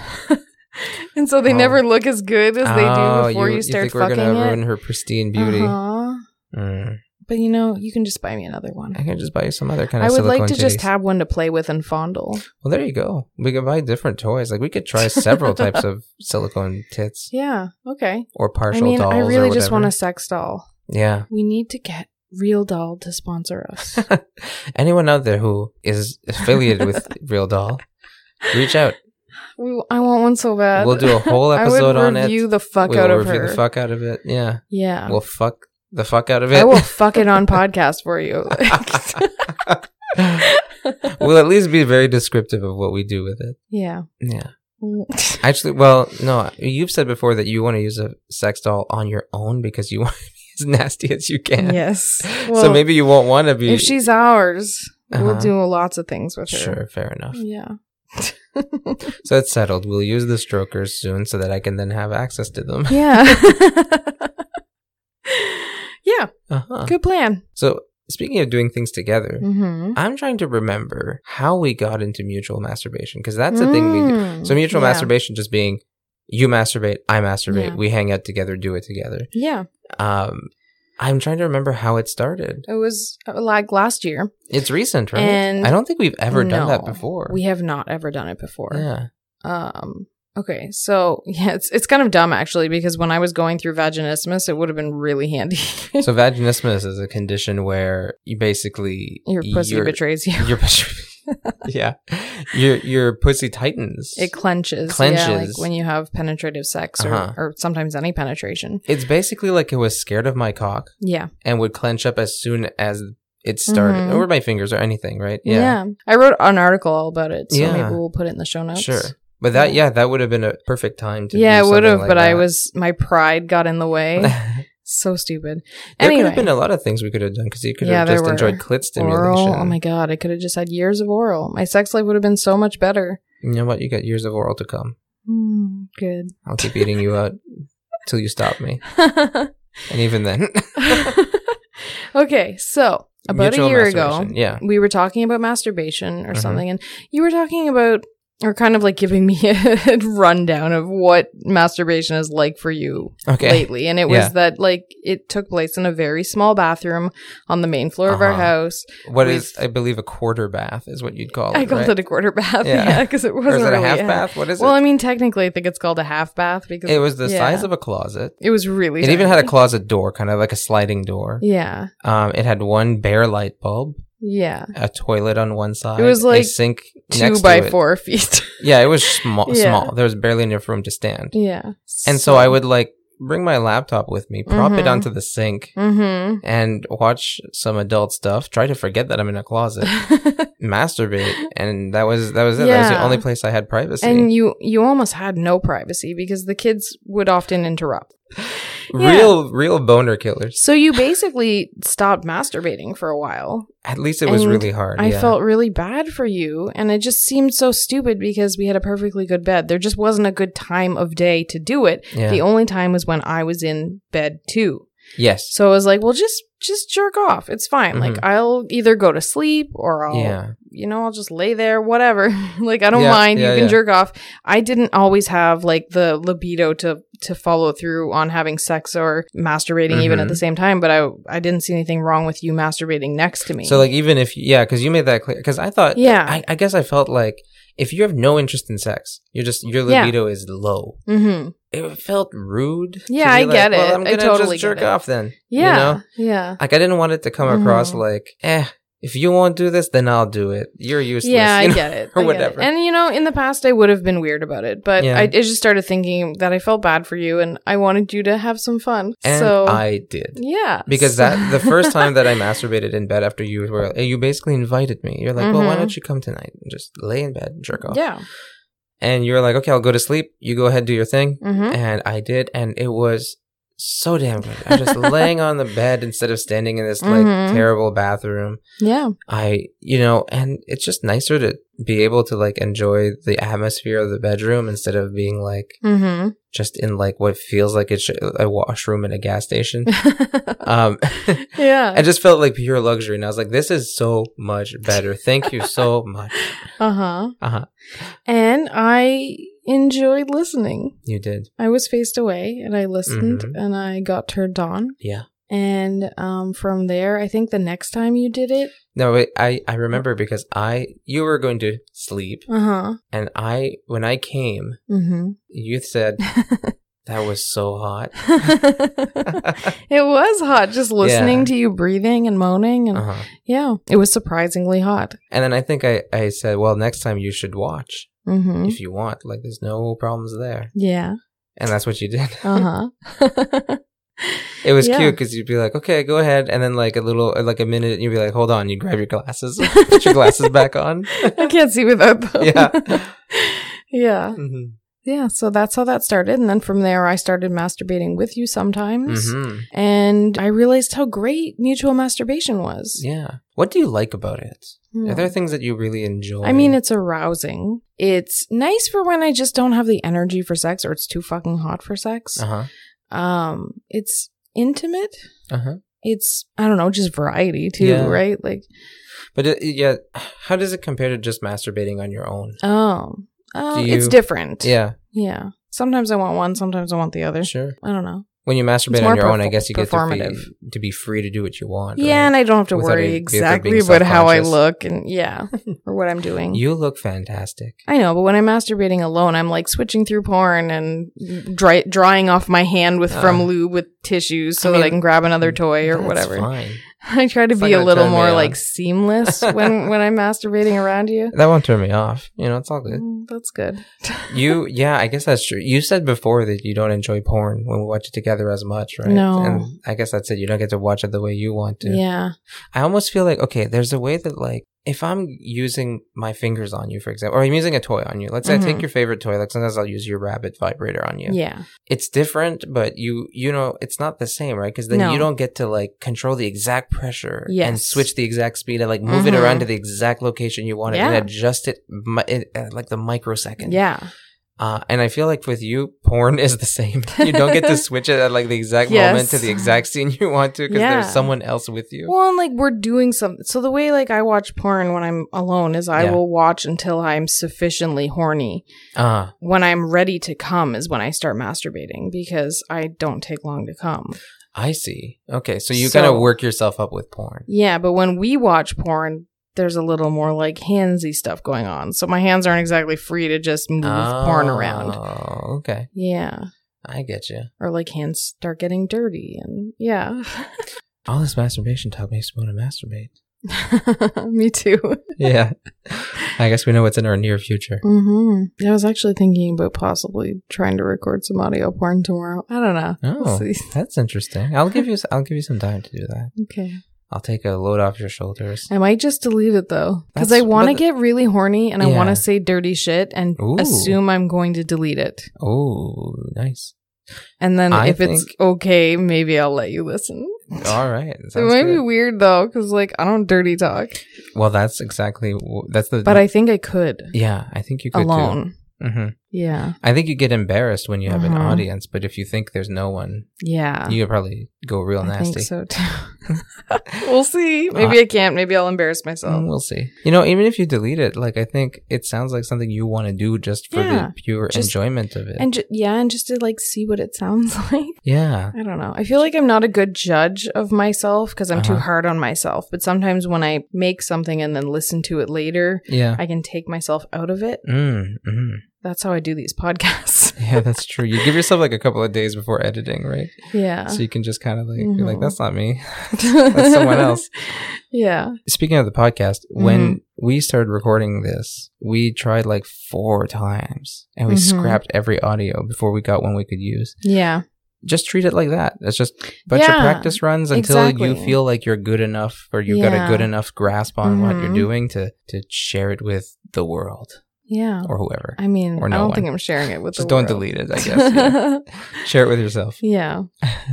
and so they Oh. never look as good as they Oh, do before you, start think fucking we're gonna ruin it. her pristine beauty. Uh-huh. Mm. But you know, you can just buy me another one. I can just buy you some other kind I of would silicone like to just titties. have one to play with and fondle. Well, there you go. We could buy different toys. Like we could try several types of silicone tits Yeah. Okay. or partial I mean, dolls. I really or just want a whatever. sex doll. Yeah. We need to get Real Doll to sponsor us. Anyone out there who is affiliated with Real Doll, reach out. we, I want one so bad. We'll do a whole episode I would on it. review the fuck we out will of review her. the fuck out of it. Yeah. yeah. We'll fuck the fuck out of it. I will fuck it on podcast for you. we'll at least be very descriptive of what we do with it. yeah. Yeah. Actually, well, no, you've said before that you want to use a sex doll on your own because you want to be as nasty as you can. yes. so maybe you won't want to be. if she's ours, we'll Uh-huh. do lots of things with her. Mm. Sure, fair enough. Yeah. So it's settled. We'll use the strokers soon so that I can then have access to them. Yeah. yeah. Uh-huh. Good plan. So speaking of doing things together, Mm-hmm. I'm trying to remember how we got into mutual masturbation because that's the thing we do. Mm, So mutual masturbation just being you masturbate, I masturbate, Yeah. we hang out together, do it together. Yeah. Um, I'm trying to remember how it started. It was uh, like last year. It's recent, right? And- I don't think we've ever done that No, before. We have not ever done it before. yeah. Um. Okay. So yeah, it's it's kind of dumb actually because when I was going through vaginismus, it would have been really handy. So vaginismus is a condition where you basically Your pussy your- betrays you. Your yeah, your your pussy tightens. It clenches. Yeah, like Clenches. when you have penetrative sex or, Uh-huh. or sometimes any penetration. it's basically like it was scared of my cock Yeah. and would clench up as soon as it started, Mhm. or my fingers or anything, right? I wrote an article all about it, so Yeah. maybe we'll put it in the show notes. sure. But that, yeah, that would have been a perfect time to. Yeah, I do would something have, like but I that. was my pride got in the way. there so stupid. could Anyway, have been a lot of things we could have done because you could Yeah, have there just were. enjoyed clit stimulation. oral. Oh my god, I could have just had years of oral. My sex life would have been so much better. You know what? You got years of oral to come. Hmm, good. I'll keep eating you out till you stop me, and even then, okay, so about mutual a year ago, masturbation. yeah, we were talking about masturbation or Mhm. something, and you were talking about or kind of like giving me a rundown of what masturbation is like for you okay, lately. And it was Yeah. that like it took place in a very small bathroom on the main floor of our Uh-huh. house. What We've- is, I believe, a quarter bath is what you'd call it. I called Oh, right? it a quarter bath, Yeah. yeah, because it Or wasn't is it a really half bath? What is Well, I it? mean, technically, I think it's called a half bath because It was the yeah. size of a closet. it was really. It even had a tiny. closet door, kind of like a sliding door. yeah, Um, it had one bare light bulb, yeah, a toilet on one side. was like a sink two next by to it. four feet. Yeah, it was small. Yeah. Small. There was barely enough room to stand. yeah, And so I would like bring my laptop with me, prop Mhm. it onto the sink, Mm-hmm. and watch some adult stuff. Try to forget that I'm in a closet, masturbate, and that was that was it. That was the Yeah. only place I had privacy. and you you almost had no privacy because the kids would often interrupt. yeah. Real, real boner killers. So you basically stopped masturbating for a while. At least it was And really hard. I yeah. felt really bad for you, and it just seemed so stupid because we had a perfectly good bed. There just wasn't a good time of day to do it. Yeah. The only time was when I was in bed too. yes. So I was like, well, just just jerk off. It's fine. Like Mhm. I'll either go to sleep or I'll, Yeah. you know, I'll just lay there, whatever. like I don't Yeah, mind. yeah, you can yeah. jerk off. I didn't always have like the libido to to follow through on having sex or masturbating even at Mhm. the same time. But I I didn't see anything wrong with you masturbating next to me. So like even if yeah, because you made that clear. Because I thought Yeah. I, I guess I felt like if you have no interest in sex, you're just your Yeah. libido is low. hmm It felt rude. to Yeah, I be like, get Well, it. I'm I gonna totally just get jerk it." off then. You yeah, know? yeah. Like I didn't want it to come across Mhm. like eh. If you won't do this, then I'll do it. You're useless. Yeah, you I know? get it. or I get it. whatever. And you know, in the past, I would have been weird about it, but Yeah. I, I just started thinking that I felt bad for you, and I wanted you to have some fun. And so I did. yeah, Because so- that the first time that I masturbated in bed after you were you basically invited me. You're like, well, why Mhm. don't you come tonight and just lay in bed and jerk off? yeah, And you were like, okay, I'll go to sleep. You go ahead, do your thing. hmm and I did, and it was so damn good. I was just laying on the bed instead of standing in this like Mhm. terrible bathroom. yeah, I, you know, and it's just nicer to be able to like enjoy the atmosphere of the bedroom instead of being like hmm just in like what feels like it's a washroom in a gas station. um, I yeah, just felt like pure luxury, and I was like, this is so much better. Thank you so much. uh huh. Uh huh. And I enjoyed listening. You did, I was faced away, and I listened, Mhm. and I got turned on, yeah. And um, from there, I think the next time you did it, No, but I I remember because I you were going to sleep, uh huh. and I when I came, Mm-hmm. you said that was so hot. Uh-huh. it was hot just listening Yeah. to you breathing and moaning. And Uh-huh. yeah, it was surprisingly hot. And then I think I I said, well, next time you should watch Mm-hmm. if you want. Like, there's no problems there, Yeah. and that's what you did. Uh huh. It was Yeah. cute because you'd be like, okay, go ahead. And then, like, a little, like a minute, you'd be like, hold on, you grab your glasses, put your glasses back on. I can't see without them. Yeah. yeah. hmm Yeah. So that's how that started. And then from there, I started masturbating with you sometimes. hmm And I realized how great mutual masturbation was. Yeah. What do you like about it? Hmm. Are there things that you really enjoy? I mean, it's arousing. It's nice for when I just don't have the energy for sex or it's too fucking hot for sex. Uh huh. Um, it's intimate. Uh huh. It's, I don't know, just variety too, Yeah. right? Like, But it, it- yeah, how does it compare to just masturbating on your own? oh, uh, Do it's you- different. Yeah, Yeah. Sometimes I want one, sometimes I want the other. sure. I don't know. When you masturbate more on your own, I perf- guess you get to performative. be, to be free to do what you want. yeah, and I don't have to Without worry it- without being exactly about how I self-conscious. look and yeah, or what I'm doing. you look fantastic. I know, but when I'm masturbating alone, I'm like switching through porn and dry- drying off my hand with from Uh, lube with tissues so I that I mean, can grab another toy or That's whatever. Fine. I try to It's be not a gonna little turn me more on. like seamless when when I'm masturbating around you. That won't turn me off. You know, it's all good. Mm, That's good. You, yeah, I guess that's true. You said before that you don't enjoy porn when we watch it together as much, right? No. And I guess that's it. You don't get to watch it the way you want to. Yeah. I almost feel like, okay, there's a way that, like, if I'm using my fingers on you, for example, or I'm using a toy on you, let's say I Mhm. take your favorite toy, like sometimes I'll use your rabbit vibrator on you. Yeah. Yeah. It's different, but you, you know, it's not the same, right? Because then No. you don't get to, like, control the exact pressure and Yes. switch the exact speed and, like, move it Mhm. around to the exact location you want it Yeah. and adjust it, mi- in, uh, like, the microsecond. Yeah. Uh, and I feel like with you, porn is the same. You don't get to switch it at like the exact moment to Yes. the exact scene you want to because Yeah. there's someone else with you. Well, and like we're doing something. So the way like I watch porn when I'm alone is I Yeah. will watch until I'm sufficiently horny. Uh, When I'm ready to come is when I start masturbating because I don't take long to come. I see. Okay, so you So- gotta work yourself up with porn. Yeah, but when we watch porn, there's a little more like handsy stuff going on. So my hands aren't exactly free to just move porn Ah. around. Oh, okay. Yeah. I get you. Or like hands start getting dirty and yeah. All this masturbation talk makes me want to masturbate. Me too. yeah. I guess we know what's in our near future. Mm-hmm. I was actually thinking about possibly trying to record some audio porn tomorrow. I don't know. Oh, We'll see. that's interesting. I'll give you. s- I'll give you some time to do that. Okay. I'll take a load off your shoulders. I might just delete it though, because I That's- want to but- get really horny and I want Yeah. to say dirty shit and Ooh. assume I'm going to delete it. Oh, nice. And then I if it's okay, maybe I'll let you listen. All right. it sounds might be good. weird though, because like I don't dirty talk, Well, that's exactly w- that's the. but I think I could yeah, I think you could alone. Too. hmm Yeah, I think you get embarrassed when you have an Uh-huh. audience, but if you think there's no one, yeah. you could probably go real I nasty. Uh, think so too. we'll see. Maybe I can't. Maybe I'll embarrass myself. Mm, we'll see. You know, even if you delete it, like I think it sounds like something you want to do just for Yeah, the pure just- enjoyment of it. and ju- yeah, and just to like see what it sounds like. yeah. I don't know. I feel like I'm not a good judge of myself because I'm too Uh-huh. hard on myself. But sometimes when I make something and then listen to it later, Yeah. I can take myself out of it. Mm, mm. That's how I do these podcasts. Yeah, that's true. You give yourself like a couple of days before editing, right? yeah. So you can just kind of like be like, Mhm. that's not me. That's someone else. Yeah. Speaking of the podcast, when Mm-hmm. we started recording this, we tried like four times and we Mhm. scrapped every audio before we got one we could use. Yeah. just treat it like that. It's just a bunch of Yeah, practice runs until exactly. you feel like you're good enough or you've got Yeah. a good enough grasp on what you're Mhm. doing to to share it with the world Yeah. or whoever. I mean, Or I no don't think one. I'm sharing it with just the don't world. delete it, I guess. Yeah. share it with yourself. yeah.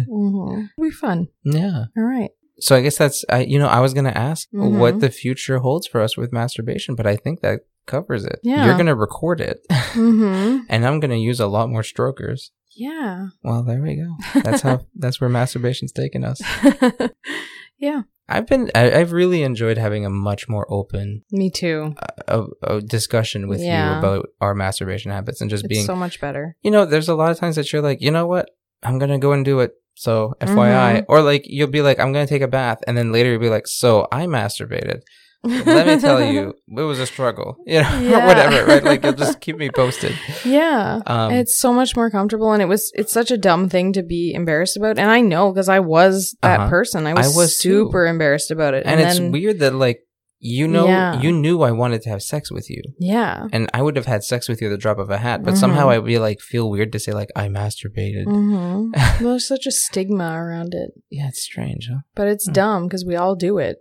hmm Be fun. Yeah. All right. So I guess that's I you know, I was going to ask Mhm. what the future holds for us with masturbation, but I think that covers it. Yeah. You're going to record it Mm-hmm. and I'm going to use a lot more strokers. Yeah. Well, there we go. That's how that's where masturbation's taken us. yeah. I've been I, I've really enjoyed having a much more open Me too. a, a discussion with Yeah. you about our masturbation habits and just It's being so much better. you know there's a lot of times that you're like you know what i'm gonna go and do it So FYI, Mm-hmm. or like you'll be like, I'm gonna take a bath, and then later you'll be like, so I masturbated. Let me tell you, it was a struggle, you know, Yeah. or whatever, right? Like you'll just keep me posted. Yeah. Um, it's so much more comfortable and it was it's such a dumb thing to be embarrassed about and I know cuz I was that Uh-huh. person. I was, I was too. super embarrassed about it. and it's weird that like you know Yeah. you knew I wanted to have sex with you, Yeah. and I would have had sex with you at the drop of a hat, but Mm-hmm. somehow I would be like feel weird to say like I masturbated. Mhm. There's such a stigma around it, Yeah, it's strange, huh? but it's dumb cuz we all do it.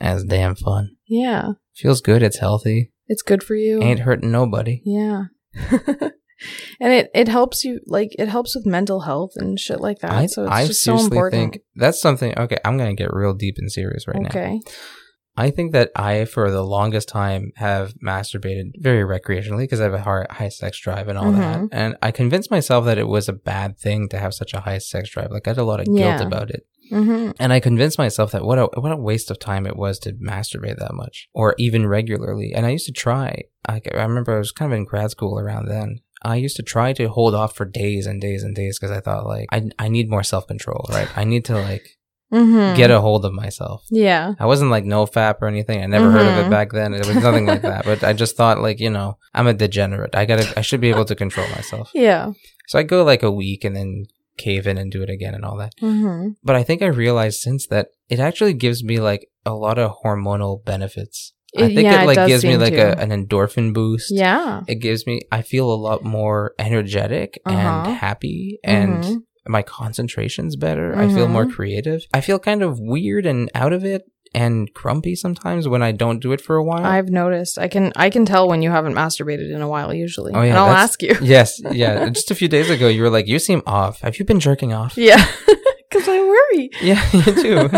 That's damn fun. Yeah. Feels good. It's healthy. It's good for you. Ain't hurting nobody. yeah. and it it helps you like it helps with mental health and shit like that. so it's just so important. that's something. Okay, I'm gonna get real deep and serious right now. okay. I think that I, for the longest time, have masturbated very recreationally because I have a hard, high sex drive and all Mhm. that. And I convinced myself that it was a bad thing to have such a high sex drive. Like I had a lot of guilt Yeah. about it. Mhm. And I convinced myself that what a what a waste of time it was to masturbate that much, or even regularly. And I used to try. I, I remember I was kind of in grad school around then. I used to try to hold off for days and days and days because I thought like I I need more self control, right? I need to like Mhm. get a hold of myself. Yeah. I wasn't like no fap or anything. I never heard of Mhm. it back then. It was nothing like that. But I just thought like you know I'm a degenerate. I gotta I should be able to control myself. Yeah. So I go like a week and then cave in and do it again and all that Mhm. but I think I realized since that it actually gives me like a lot of hormonal benefits. I It- think yeah, it it like does gives me seem like to. a, an endorphin boost. Yeah. It gives me I feel a lot more energetic Uh-huh. and happy and Mhm. my concentration's better. I feel more Mhm. creative. I feel kind of weird and out of it and grumpy sometimes when I don't do it for a while. I've noticed. I can I can tell when you haven't masturbated in a while usually. Oh, yeah, and I'll that's- ask you. yes, yeah. Just a few days ago you were like, You seem off. Have you been jerking off? Yeah. Cuz I worry. Yeah, you do.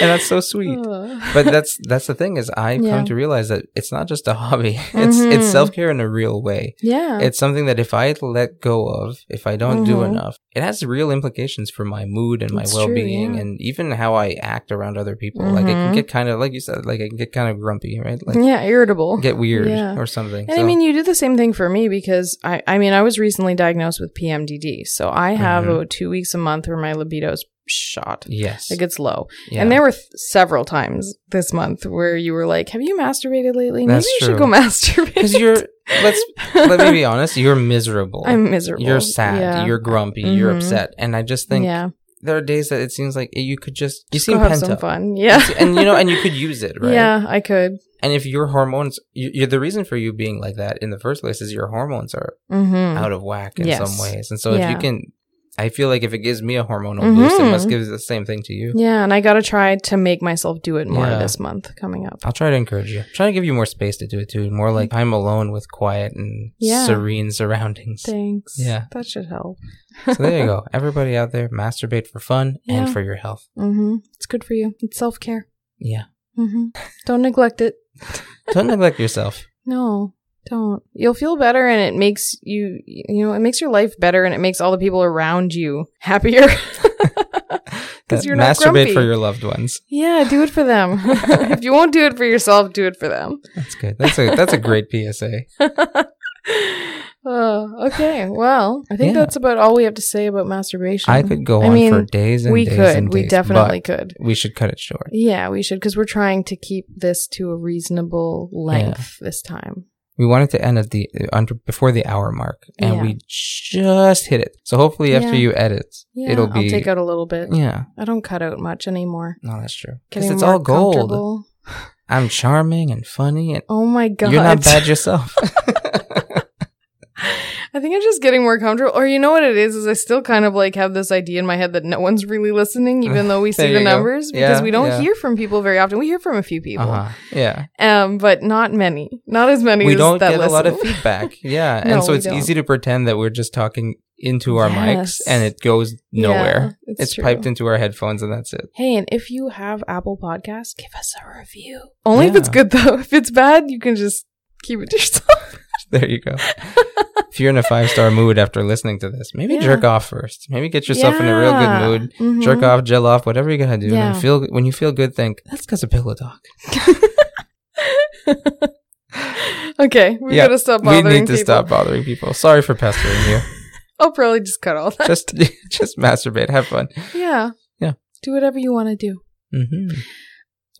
and that's so sweet. Ugh. but that's that's the thing is I've Yeah. come to realize that it's not just a hobby. It's it's Mhm. self care in a real way. yeah. It's something that if I let go of, if I don't do Mhm. enough, it has real implications for my mood and my It's true, well being yeah. and even how I act around other people. Like I can Mhm. get kind of like you said, like I can get kind of grumpy, right? Like yeah, irritable. get weird Yeah. or something. and I So- mean, you did the same thing for me because I, I mean, I was recently diagnosed with PMDD. So I have Mhm. uh, two weeks a month where my libido's shot. yes, It gets low. yeah. And there were th- several times this month where you were like, Have you masturbated lately? That's Maybe you true. should go masturbate. because you're let's let me be honest, you're miserable. I'm miserable. you're sad. Yeah. You're grumpy. You're Mhm. upset. And I just think yeah. there are days that it seems like you could just you Go seem have pent some up. fun. Yeah. and you know, and you could use it, right? Yeah, I could. And if your hormones, you, you, the reason for you being like that in the first place is your hormones are Mm-hmm. out of whack in Yes. some ways, and so if you Yeah. can, I feel like if it gives me a hormonal boost, it must Mhm. give the same thing to you. Yeah, and I gotta try to make myself do it more Yeah. this month coming up. I'll try to encourage you. Try to give you more space to do it too. More like time alone with quiet and Yeah. serene surroundings. Thanks. Yeah. that should help. so there you go. Everybody out there, masturbate for fun and Yeah. for your health. Mm-hmm. It's good for you. It's self care. Yeah. Mm-hmm. Don't neglect it. Don't neglect yourself. No, don't. You'll feel better, and it makes you you know it makes your life better, and it makes all the people around you happier. Because you're not masturbate grumpy. for your loved ones. yeah, do it for them. if you won't do it for yourself, do it for them. That's good. That's a that's a great PSA. Oh, okay. Well, I think Yeah. that's about all we have to say about masturbation. I could go I on mean, for days and we days could. and we days, definitely but could. We should cut it short. Yeah, we should because we're trying to keep this to a reasonable length this time. We wanted to end at the uh, under before the hour mark, and Yeah. we just hit it. So hopefully, after Yeah. you edit, Yeah, it'll be I'll take out a little bit. yeah. I don't cut out much anymore. No, that's true. Because Getting it's more all gold. comfortable. I'm charming and funny, and Oh my god! you're not bad yourself. I think I'm just getting more comfortable. Or you know what it is? Is I still kind of like have this idea in my head that no one's really listening, even though we There see you the go. numbers, because Yeah, we don't yeah. hear from people very often. We hear from a few people, uh-huh. Yeah, um, but not many, not as many. we as don't that get a lot of listen. feedback. Yeah, No, and so we it's don't. easy to pretend that we're just talking into our mics, Yes. and it goes Yeah, nowhere. it's it's true. piped into our headphones, and that's it. Hey, and if you have Apple Podcasts, give us a review. Only if it's Yeah. good though. If it's bad, you can just keep it to yourself. There you go. if you're in a five star mood after listening to this, maybe Yeah. Mm-hmm. jerk off first. Maybe get yourself in a real good mood. Jerk off, gel off, whatever you gotta do. Yeah. And feel when you feel good, think that's because of pillow talk. Okay, we Yeah, gotta stop we bothering need to people. stop bothering people. Sorry for pestering you. I'll probably just cut all that. just just masturbate, have fun. Yeah. Yeah. Do whatever you want to do. hmm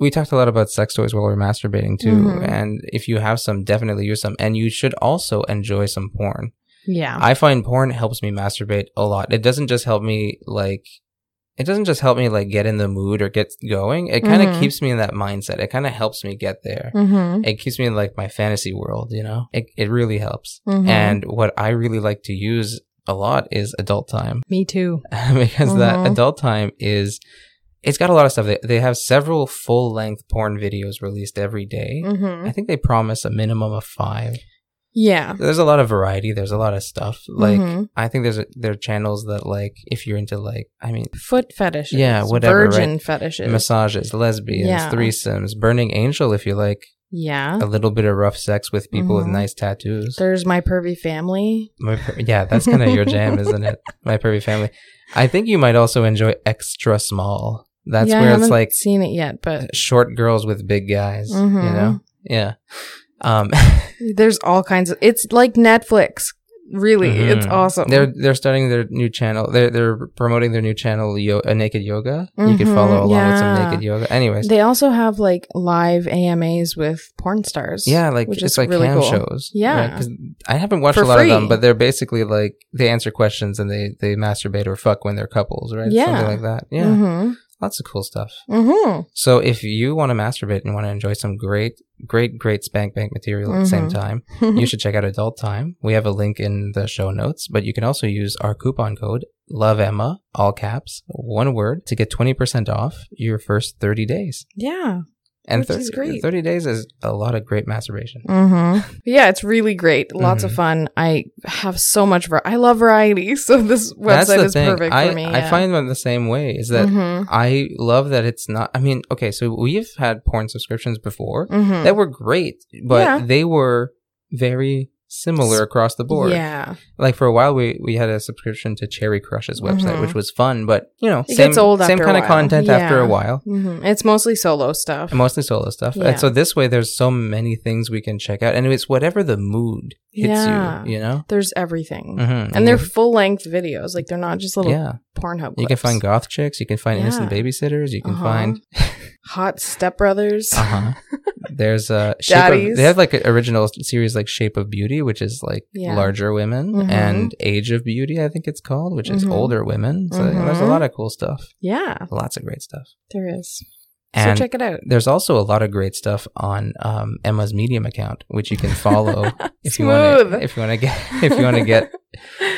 We talked a lot about sex toys while we are masturbating too, Mhm. and if you have some, definitely use some, and you should also enjoy some porn. Yeah. I find porn helps me masturbate a lot. It doesn't just help me like. It doesn't just help me like get in the mood or get going. It kind of Mhm. keeps me in that mindset. It kind of helps me get there. Mm-hmm. It keeps me in like my fantasy world, you know? It it really helps. Mm-hmm. And what I really like to use a lot is adult time. me too. because that Mhm. adult time is it's got a lot of stuff. They, they have several full length porn videos released every day. Mm-hmm. I think they promise a minimum of five. Yeah. There's a lot of variety. There's a lot of stuff. Like Mhm. I think there's a, there are channels that like if you're into like I mean Foot fetishes. Yeah, whatever, Virgin fetishes. massages, lesbians, Yeah. Uh-huh. threesomes, burning angel if you like yeah. a little bit of rough sex with people with Mhm. nice tattoos. There's my pervy family. My per- yeah, that's kind of your jam, isn't it? My pervy family. I think you might also enjoy extra small. That's Yeah, I where it's haven't like seen it yet, but short girls with big guys. You Mhm. know, yeah. Um, there's all kinds of. It's like Netflix. Really, it's mhm. awesome. They're they're starting their new channel. They're they're promoting their new channel, yo- uh, Naked Yoga. You could Mhm, follow along with some yeah. Naked Yoga. Anyways, They also have like live AMAs with porn stars. yeah, like which it's is like really cam cool. shows. Yeah. right? 'Cause I haven't watched For a lot of them, free. but they're basically like they answer questions and they they masturbate or fuck when they're couples, right? Yeah. something like that. Yeah, Mm-hmm. lots of cool stuff. Mm-hmm. So if you want to masturbate and want to enjoy some great, great, great spank bank material at the same Mhm. time, you should check out Adult Time. We have a link in the show notes, but you can also use our coupon code Love Emma, all caps, one word, to get twenty percent off your first thirty days. yeah. And Which is great. thirty days is a lot of great masturbation. Mm-hmm. Yeah, it's really great. Lots Mhm. of fun. I have so much. Var- I love variety, so this website is perfect I, for me. I yeah. find them the same way. Is that Mhm. I love that it's not. I mean, okay, so we've had porn subscriptions before. Mhm. that were great, but Yeah. they were very similar across the board. Yeah, Like for a while, we, we had a subscription to Cherry Crush's website, Mhm. which was fun, but you know, It same, gets old same after a kind of while. content after a Yeah. while. hmm it's mostly solo stuff. and Mostly solo stuff. Yeah. And so this way, there's so many things we can check out. And it's whatever the mood hits Yeah. you, you know? There's everything, Mhm. and they're you- full length videos. Like they're not just little yeah. Pornhub. You can clips. find goth chicks. You can find innocent Yeah. babysitters. You can Uh-huh. find hot stepbrothers. Uh-huh. There's a shape of, Daddies. they have like an original series like Shape of Beauty, which is like Yeah. larger women, Mhm. and Age of Beauty, I think it's called, which is Mhm. older women. So you know, there's a Mhm. lot of cool stuff, yeah, lots of great stuff, there is. and so check it out. there's also a lot of great stuff on um, Emma's Medium account, which you can follow if you want Smooth. if you want to get if you want to get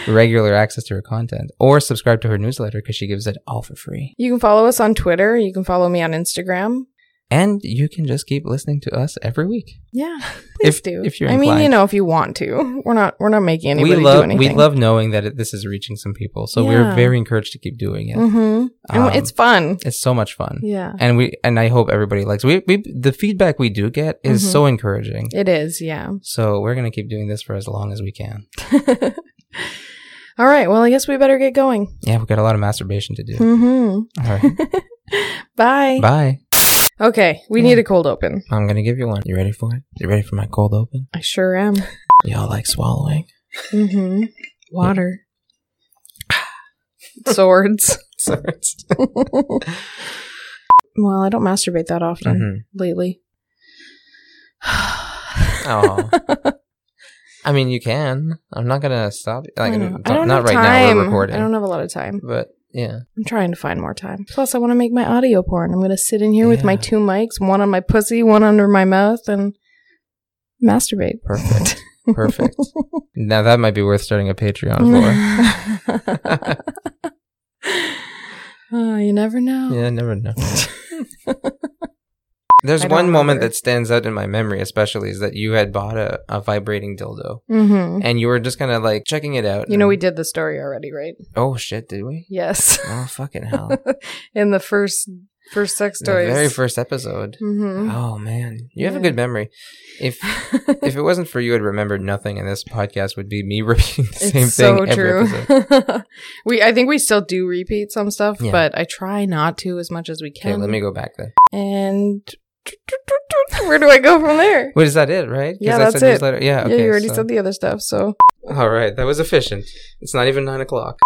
regular access to her content or subscribe to her newsletter because she gives it all for free. You can follow us on Twitter. You can follow me on Instagram. And you can just keep listening to us every week. Yeah, please If- do. if you're I mean, you inclined. know, if you want to, we're not we're not making anybody we love do anything. we love knowing that it, this is reaching some people so we're Yeah. very encouraged to keep doing it Mm-hmm. Um, and it's fun. it's so much fun Yeah, and we and i hope everybody likes we, we the feedback we do get is Mhm. so encouraging it is. Yeah. so we're gonna keep doing this for as long as we can All right. Well, I guess we better get going. yeah we've got a lot of masturbation to do Mm-hmm. all right Bye. bye Okay, we need a cold open. i'm gonna give you one you ready for it you ready for my cold open I sure am. y'all like swallowing Mm-hmm. Water. Swords. Swords. Well, I don't masturbate that often Mhm. lately. oh i mean you can i'm not gonna stop like I, not, don't, I don't not have right now time. we're recording I don't have a lot of time. but yeah I'm trying to find more time. Plus, I want to make my audio porn. I'm going to sit in here with my Yeah. two mics, one on my pussy, one under my mouth, and masturbate. Perfect. Perfect. now that might be worth starting a Patreon Uh, you never know. for. yeah, never know. There's I don't one moment remember. that stands out in my memory, especially, is that you had bought a, a vibrating dildo hmm and you were just kind of like checking it out. You know, and- we did the story already, right? Oh, shit, did we? Yes. Oh, fucking hell. in the first first sex the stories. very first episode. hmm Oh, man. You have a Yeah. good memory. If. If it wasn't for you, I'd remember nothing, and this podcast would be me repeating the same it's thing so every true. episode. we, I think we still do repeat some stuff, Yeah. but I try not to as much as we can. Okay, let me go back then. And Where do I go from there? Wait, is that it, right? 'Cause Yeah, that's a it. newsletter. Yeah, okay. yeah, you already so- said the other stuff, so All right, that was efficient. It's not even nine o'clock.